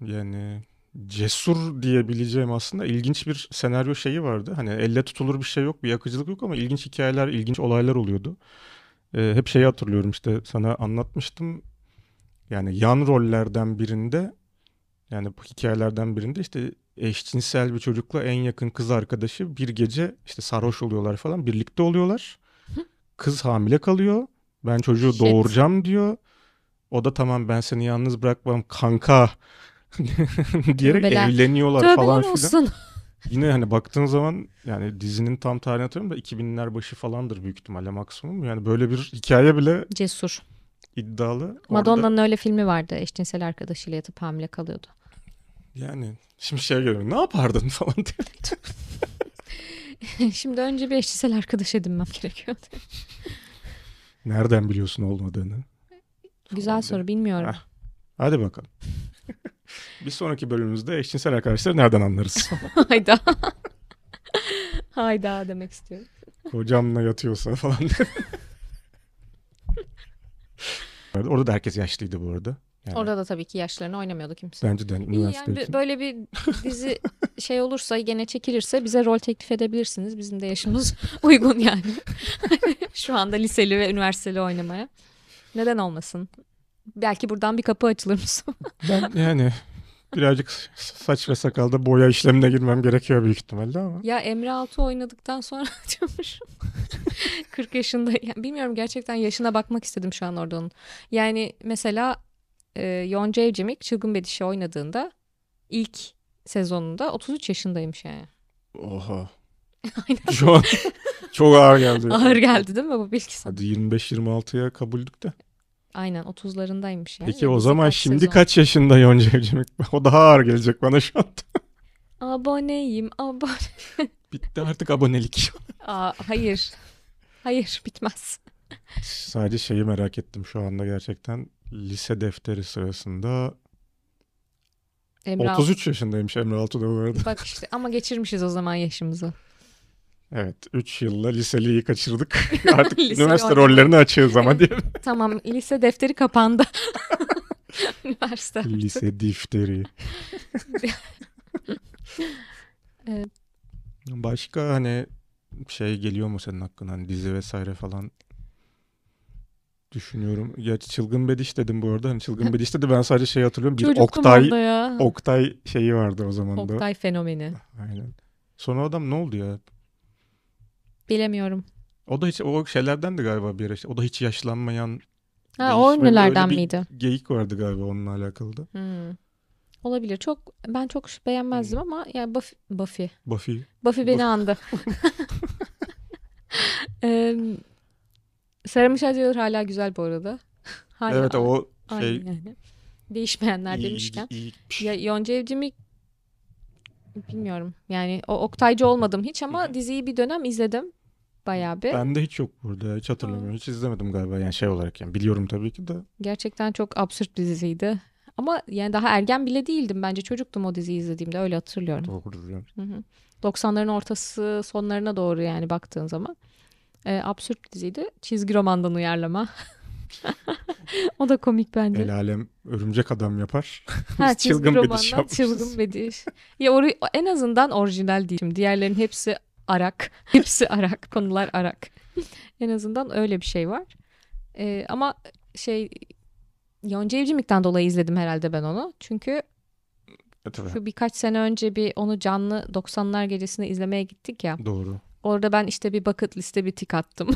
[SPEAKER 2] yani cesur diyebileceğim aslında ilginç bir senaryo şeyi vardı. Hani elle tutulur bir şey yok, bir yakıcılık yok ama ilginç hikayeler, ilginç olaylar oluyordu. Ee, hep şeyi hatırlıyorum işte sana anlatmıştım. Yani yan rollerden birinde yani bu hikayelerden birinde işte eşcinsel bir çocukla en yakın kız arkadaşı bir gece işte sarhoş oluyorlar falan birlikte oluyorlar. Kız hamile kalıyor. Ben çocuğu
[SPEAKER 1] Shit.
[SPEAKER 2] doğuracağım diyor. O da tamam ben seni yalnız bırakmam kanka diyerek
[SPEAKER 1] Tövbeler.
[SPEAKER 2] evleniyorlar falan
[SPEAKER 1] Tövbeler
[SPEAKER 2] filan.
[SPEAKER 1] olsun.
[SPEAKER 2] Yine hani baktığın zaman yani dizinin tam tarihini hatırlamıyorum da 2000'ler başı falandır büyük ihtimalle maksimum. Yani böyle bir hikaye bile
[SPEAKER 1] Cesur.
[SPEAKER 2] iddialı. Orada,
[SPEAKER 1] Madonna'nın öyle filmi vardı. Eşcinsel arkadaşıyla yatıp hamile kalıyordu.
[SPEAKER 2] yani şimdi şey görüyorum ne yapardın falan diye.
[SPEAKER 1] Şimdi önce bir eşcinsel arkadaş edinmem gerekiyor.
[SPEAKER 2] Nereden biliyorsun olmadığını?
[SPEAKER 1] Güzel soru bilmiyorum.
[SPEAKER 2] Heh. Hadi bakalım. bir sonraki bölümümüzde eşcinsel arkadaşları nereden anlarız?
[SPEAKER 1] Hayda. Hayda demek istiyorum.
[SPEAKER 2] Kocamla yatıyorsa falan. Orada da herkes yaşlıydı bu arada. Yani
[SPEAKER 1] Orada da tabii ki yaşlarını oynamıyordu kimse.
[SPEAKER 2] Bence de hani
[SPEAKER 1] İyi
[SPEAKER 2] üniversite
[SPEAKER 1] yani
[SPEAKER 2] için.
[SPEAKER 1] bö- böyle bir dizi şey olursa gene çekilirse bize rol teklif edebilirsiniz. Bizim de yaşımız uygun yani. Şu anda liseli ve üniversiteli oynamaya. Neden olmasın? Belki buradan bir kapı açılır mı?
[SPEAKER 2] Ben yani birazcık saç ve sakalda boya işlemine girmem gerekiyor büyük ihtimalle ama.
[SPEAKER 1] ya Emre Altı oynadıktan sonra diyormuşum. 40 yaşında. Yani bilmiyorum gerçekten yaşına bakmak istedim şu an orada onun. Yani mesela e, Yonca Evcimik Çılgın Bedişi oynadığında ilk sezonunda 33 yaşındaymış yani.
[SPEAKER 2] Oha.
[SPEAKER 1] Aynen.
[SPEAKER 2] Şu an çok ağır geldi.
[SPEAKER 1] Ağır geldi değil mi bu bilgi sana?
[SPEAKER 2] Hadi 25-26'ya kabuldük de.
[SPEAKER 1] Aynen 30'larındaymış yani.
[SPEAKER 2] Peki o
[SPEAKER 1] Yedisi
[SPEAKER 2] zaman
[SPEAKER 1] kaç
[SPEAKER 2] şimdi
[SPEAKER 1] sezon?
[SPEAKER 2] kaç yaşında Yonca Evcimik? O daha ağır gelecek bana şu an.
[SPEAKER 1] Aboneyim abone.
[SPEAKER 2] Bitti artık abonelik.
[SPEAKER 1] Aa, hayır. Hayır bitmez.
[SPEAKER 2] Sadece şeyi merak ettim şu anda gerçekten. Lise defteri sırasında
[SPEAKER 1] Emre
[SPEAKER 2] 33 yaşındaymış Emre Altuğ'da bu arada.
[SPEAKER 1] Bak işte ama geçirmişiz o zaman yaşımızı.
[SPEAKER 2] Evet 3 yılla liseliği kaçırdık. Artık
[SPEAKER 1] Liseli
[SPEAKER 2] üniversite
[SPEAKER 1] oynadık.
[SPEAKER 2] rollerini açıyoruz ama diye.
[SPEAKER 1] tamam lise defteri kapandı. Üniversite.
[SPEAKER 2] Lise defteri.
[SPEAKER 1] Evet.
[SPEAKER 2] Başka hani şey geliyor mu senin hakkında hani dizi vesaire falan? düşünüyorum. Gerçi Çılgın Bediş dedim bu arada. Hani Çılgın Bediş'te de ben sadece şey hatırlıyorum. Bir
[SPEAKER 1] Çocuktum
[SPEAKER 2] Oktay
[SPEAKER 1] orada ya.
[SPEAKER 2] Oktay şeyi vardı o zaman da.
[SPEAKER 1] Oktay fenomeni.
[SPEAKER 2] Aynen. Sonra adam ne oldu ya?
[SPEAKER 1] Bilemiyorum.
[SPEAKER 2] O da hiç o şeylerden de galiba bir ara. O da hiç yaşlanmayan
[SPEAKER 1] Ha, o
[SPEAKER 2] Değişmedi, öyle
[SPEAKER 1] ünlülerden
[SPEAKER 2] bir-
[SPEAKER 1] miydi?
[SPEAKER 2] geyik vardı galiba onunla alakalı da.
[SPEAKER 1] Hmm. Olabilir. Çok ben çok şu- beğenmezdim
[SPEAKER 2] Hmm.
[SPEAKER 1] ama yani Buffy, Buffy.
[SPEAKER 2] Buffy.
[SPEAKER 1] Buffy beni
[SPEAKER 2] Buffy.
[SPEAKER 1] andı. Eee Sarı Acılar hala güzel bu arada. Hala
[SPEAKER 2] evet o
[SPEAKER 1] aynı
[SPEAKER 2] şey
[SPEAKER 1] yani. Değişmeyenler
[SPEAKER 2] iyi,
[SPEAKER 1] demişken.
[SPEAKER 2] iyi-
[SPEAKER 1] Ya Yonca Evcimik bilmiyorum. Yani o Oktaycı olmadım hiç ama diziyi bir dönem izledim. Bayağı bir.
[SPEAKER 2] Ben de hiç yok burada. Hiç hatırlamıyorum. Hiç izlemedim galiba yani şey olarak yani. Biliyorum tabii ki de.
[SPEAKER 1] Gerçekten çok absürt bir diziydi. Ama yani daha ergen bile değildim bence. Çocuktum o diziyi izlediğimde öyle hatırlıyorum.
[SPEAKER 2] Doğrudur yani.
[SPEAKER 1] Hı hı. 90'ların ortası sonlarına doğru yani baktığın zaman. Ee, absürt bir diziydi. Çizgi romandan uyarlama. o da komik bence.
[SPEAKER 2] El alem örümcek adam yapar.
[SPEAKER 1] Ha,
[SPEAKER 2] Biz
[SPEAKER 1] çizgi
[SPEAKER 2] çılgın bir diş
[SPEAKER 1] romandan
[SPEAKER 2] yapmışız.
[SPEAKER 1] çılgın bir diş. Ya oru- en azından orijinal değil. Şimdi diğerlerinin hepsi arak. Hepsi arak. Konular arak. en azından öyle bir şey var. Ee, ama şey Yonca Evcimik'ten dolayı izledim herhalde ben onu. Çünkü
[SPEAKER 2] E, tabii.
[SPEAKER 1] şu birkaç sene önce bir onu canlı 90'lar gecesine izlemeye gittik ya.
[SPEAKER 2] Doğru.
[SPEAKER 1] Orada ben işte bir bucket liste bir tik attım.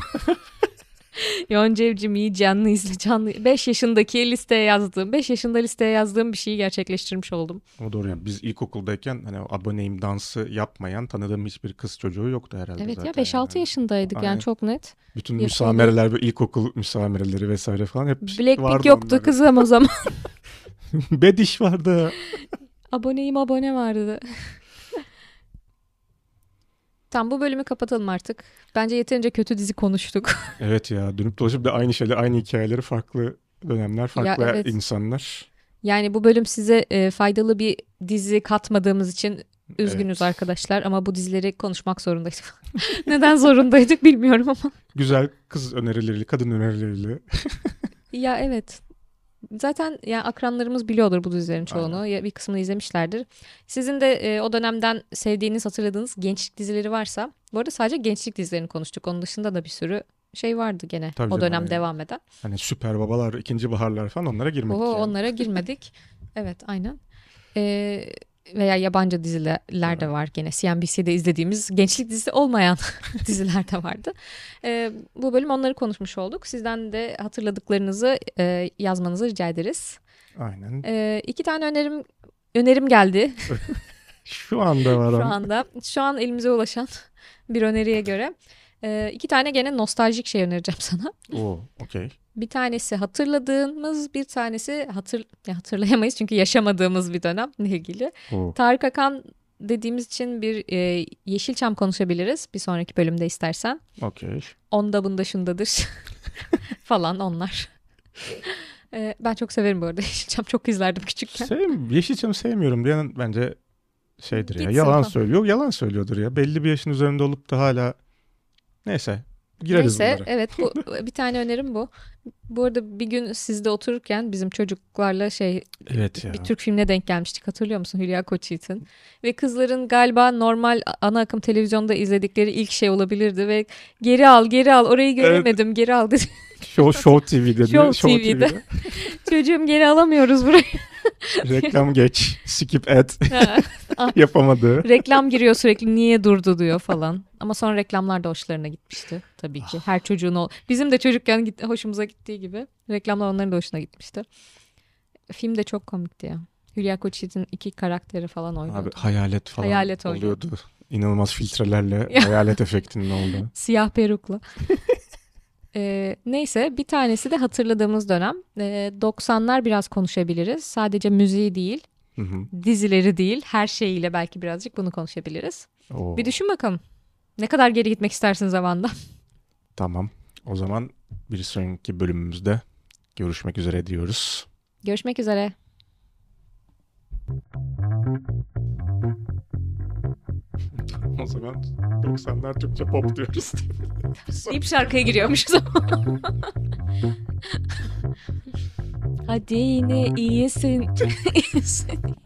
[SPEAKER 1] Yonca Evcimik'i canlı izle canlı. 5 yaşındaki listeye yazdığım, 5 yaşında listeye yazdığım bir şeyi gerçekleştirmiş oldum.
[SPEAKER 2] O doğru yani. Biz ilkokuldayken hani o aboneyim dansı yapmayan tanıdığım hiçbir kız çocuğu yoktu herhalde
[SPEAKER 1] Evet
[SPEAKER 2] zaten.
[SPEAKER 1] ya 5-6
[SPEAKER 2] yani.
[SPEAKER 1] yaşındaydık
[SPEAKER 2] Aynen.
[SPEAKER 1] yani çok net.
[SPEAKER 2] Bütün
[SPEAKER 1] yapıyordu.
[SPEAKER 2] müsamereler ve ilkokul müsamereleri vesaire falan hep şey vardı
[SPEAKER 1] Blackpink yoktu
[SPEAKER 2] onlarda.
[SPEAKER 1] kızım o zaman.
[SPEAKER 2] Bediş vardı.
[SPEAKER 1] Aboneyim abone vardı. Tam bu bölümü kapatalım artık. Bence yeterince kötü dizi konuştuk.
[SPEAKER 2] Evet ya dönüp dolaşıp da aynı şeyler aynı hikayeleri farklı dönemler farklı
[SPEAKER 1] evet.
[SPEAKER 2] insanlar.
[SPEAKER 1] Yani bu bölüm size e, faydalı bir dizi katmadığımız için üzgünüz
[SPEAKER 2] Evet.
[SPEAKER 1] arkadaşlar ama bu dizileri konuşmak zorundaydık. Neden zorundaydık bilmiyorum ama.
[SPEAKER 2] Güzel kız önerileriyle, kadın önerileriyle.
[SPEAKER 1] Ya evet. Zaten ya akranlarımız biliyordur bu dizilerin çoğunu.
[SPEAKER 2] Aynen.
[SPEAKER 1] Ya bir kısmını izlemişlerdir. Sizin de e, o dönemden sevdiğiniz, hatırladığınız gençlik dizileri varsa, bu arada sadece gençlik dizilerini konuştuk. Onun dışında da bir sürü şey vardı gene
[SPEAKER 2] Tabii
[SPEAKER 1] o
[SPEAKER 2] canım,
[SPEAKER 1] dönem
[SPEAKER 2] aynen.
[SPEAKER 1] devam eden.
[SPEAKER 2] Hani süper babalar, ikinci baharlar falan onlara girmek.
[SPEAKER 1] Oho,
[SPEAKER 2] yani.
[SPEAKER 1] onlara girmedik. evet, aynen. E, veya yabancı diziler de var gene. CNBC'de izlediğimiz gençlik dizisi olmayan diziler de vardı. E, bu bölüm onları konuşmuş olduk. Sizden de hatırladıklarınızı e, yazmanızı rica ederiz.
[SPEAKER 2] Aynen.
[SPEAKER 1] Ee, iki tane önerim önerim geldi
[SPEAKER 2] Şu anda var.
[SPEAKER 1] şu
[SPEAKER 2] ama.
[SPEAKER 1] anda. Şu an elimize ulaşan bir öneriye göre. Ee, iki tane gene nostaljik şey önereceğim sana.
[SPEAKER 2] Oo, okey.
[SPEAKER 1] Bir tanesi hatırladığımız, bir tanesi hatır, ya hatırlayamayız çünkü yaşamadığımız bir dönemle ilgili.
[SPEAKER 2] Oo.
[SPEAKER 1] Tarık Akan dediğimiz için bir e, Yeşilçam konuşabiliriz bir sonraki bölümde istersen.
[SPEAKER 2] Okey.
[SPEAKER 1] Onda bunda şundadır falan onlar. Ee, ben çok severim bu arada Yeşilçam çok izlerdim küçükken.
[SPEAKER 2] Sevim, Yeşilçam'ı sevmiyorum diyen bence şeydir ya.
[SPEAKER 1] Gitsin
[SPEAKER 2] Yalan
[SPEAKER 1] falan.
[SPEAKER 2] söylüyor. Yalan söylüyordur ya. Belli bir yaşın üzerinde olup da hala neyse gireriz
[SPEAKER 1] Neyse e,
[SPEAKER 2] bunlara.
[SPEAKER 1] evet bu bir tane önerim bu. Bu arada bir gün sizde otururken bizim çocuklarla şey
[SPEAKER 2] Evet ya.
[SPEAKER 1] bir Türk filmine denk gelmiştik hatırlıyor musun Hülya Koçyiğit'in? Ve kızların galiba normal ana akım televizyonda izledikleri ilk şey olabilirdi ve geri al geri al orayı göremedim geri al dedi.
[SPEAKER 2] Show, Show TV'de.
[SPEAKER 1] Show TV'de. Çocuğum geri alamıyoruz burayı.
[SPEAKER 2] Reklam geç. Skip ad.
[SPEAKER 1] Ha,
[SPEAKER 2] Yapamadı.
[SPEAKER 1] Reklam giriyor sürekli niye durdu diyor falan. Ama sonra reklamlar da hoşlarına gitmişti tabii ki. Her çocuğun o bizim de çocukken git- hoşumuza gittiği gibi reklamlar onların da hoşuna gitmişti. Film de çok komikti ya. Hülya Koçyiğit'in iki karakteri falan oynuyordu.
[SPEAKER 2] Abi hayalet falan
[SPEAKER 1] Hayalet oynuyor.
[SPEAKER 2] oluyordu. İnanılmaz filtrelerle
[SPEAKER 1] Ya.
[SPEAKER 2] hayalet efektinin oldu.
[SPEAKER 1] Siyah perukla. Ee, neyse bir tanesi de hatırladığımız dönem. Ee, 90'lar biraz konuşabiliriz. Sadece müziği değil,
[SPEAKER 2] Hı hı.
[SPEAKER 1] dizileri değil, her şeyiyle belki birazcık bunu konuşabiliriz.
[SPEAKER 2] Oo,
[SPEAKER 1] Bir düşün bakalım. Ne kadar geri gitmek istersin zamanda?
[SPEAKER 2] Tamam. O zaman bir sonraki bölümümüzde görüşmek üzere diyoruz.
[SPEAKER 1] Görüşmek üzere.
[SPEAKER 2] O zaman 90'lar Türkçe pop diyoruz.
[SPEAKER 1] Deyip şarkıya giriyormuşuz ama. Hadi yine iyisin. iyisin.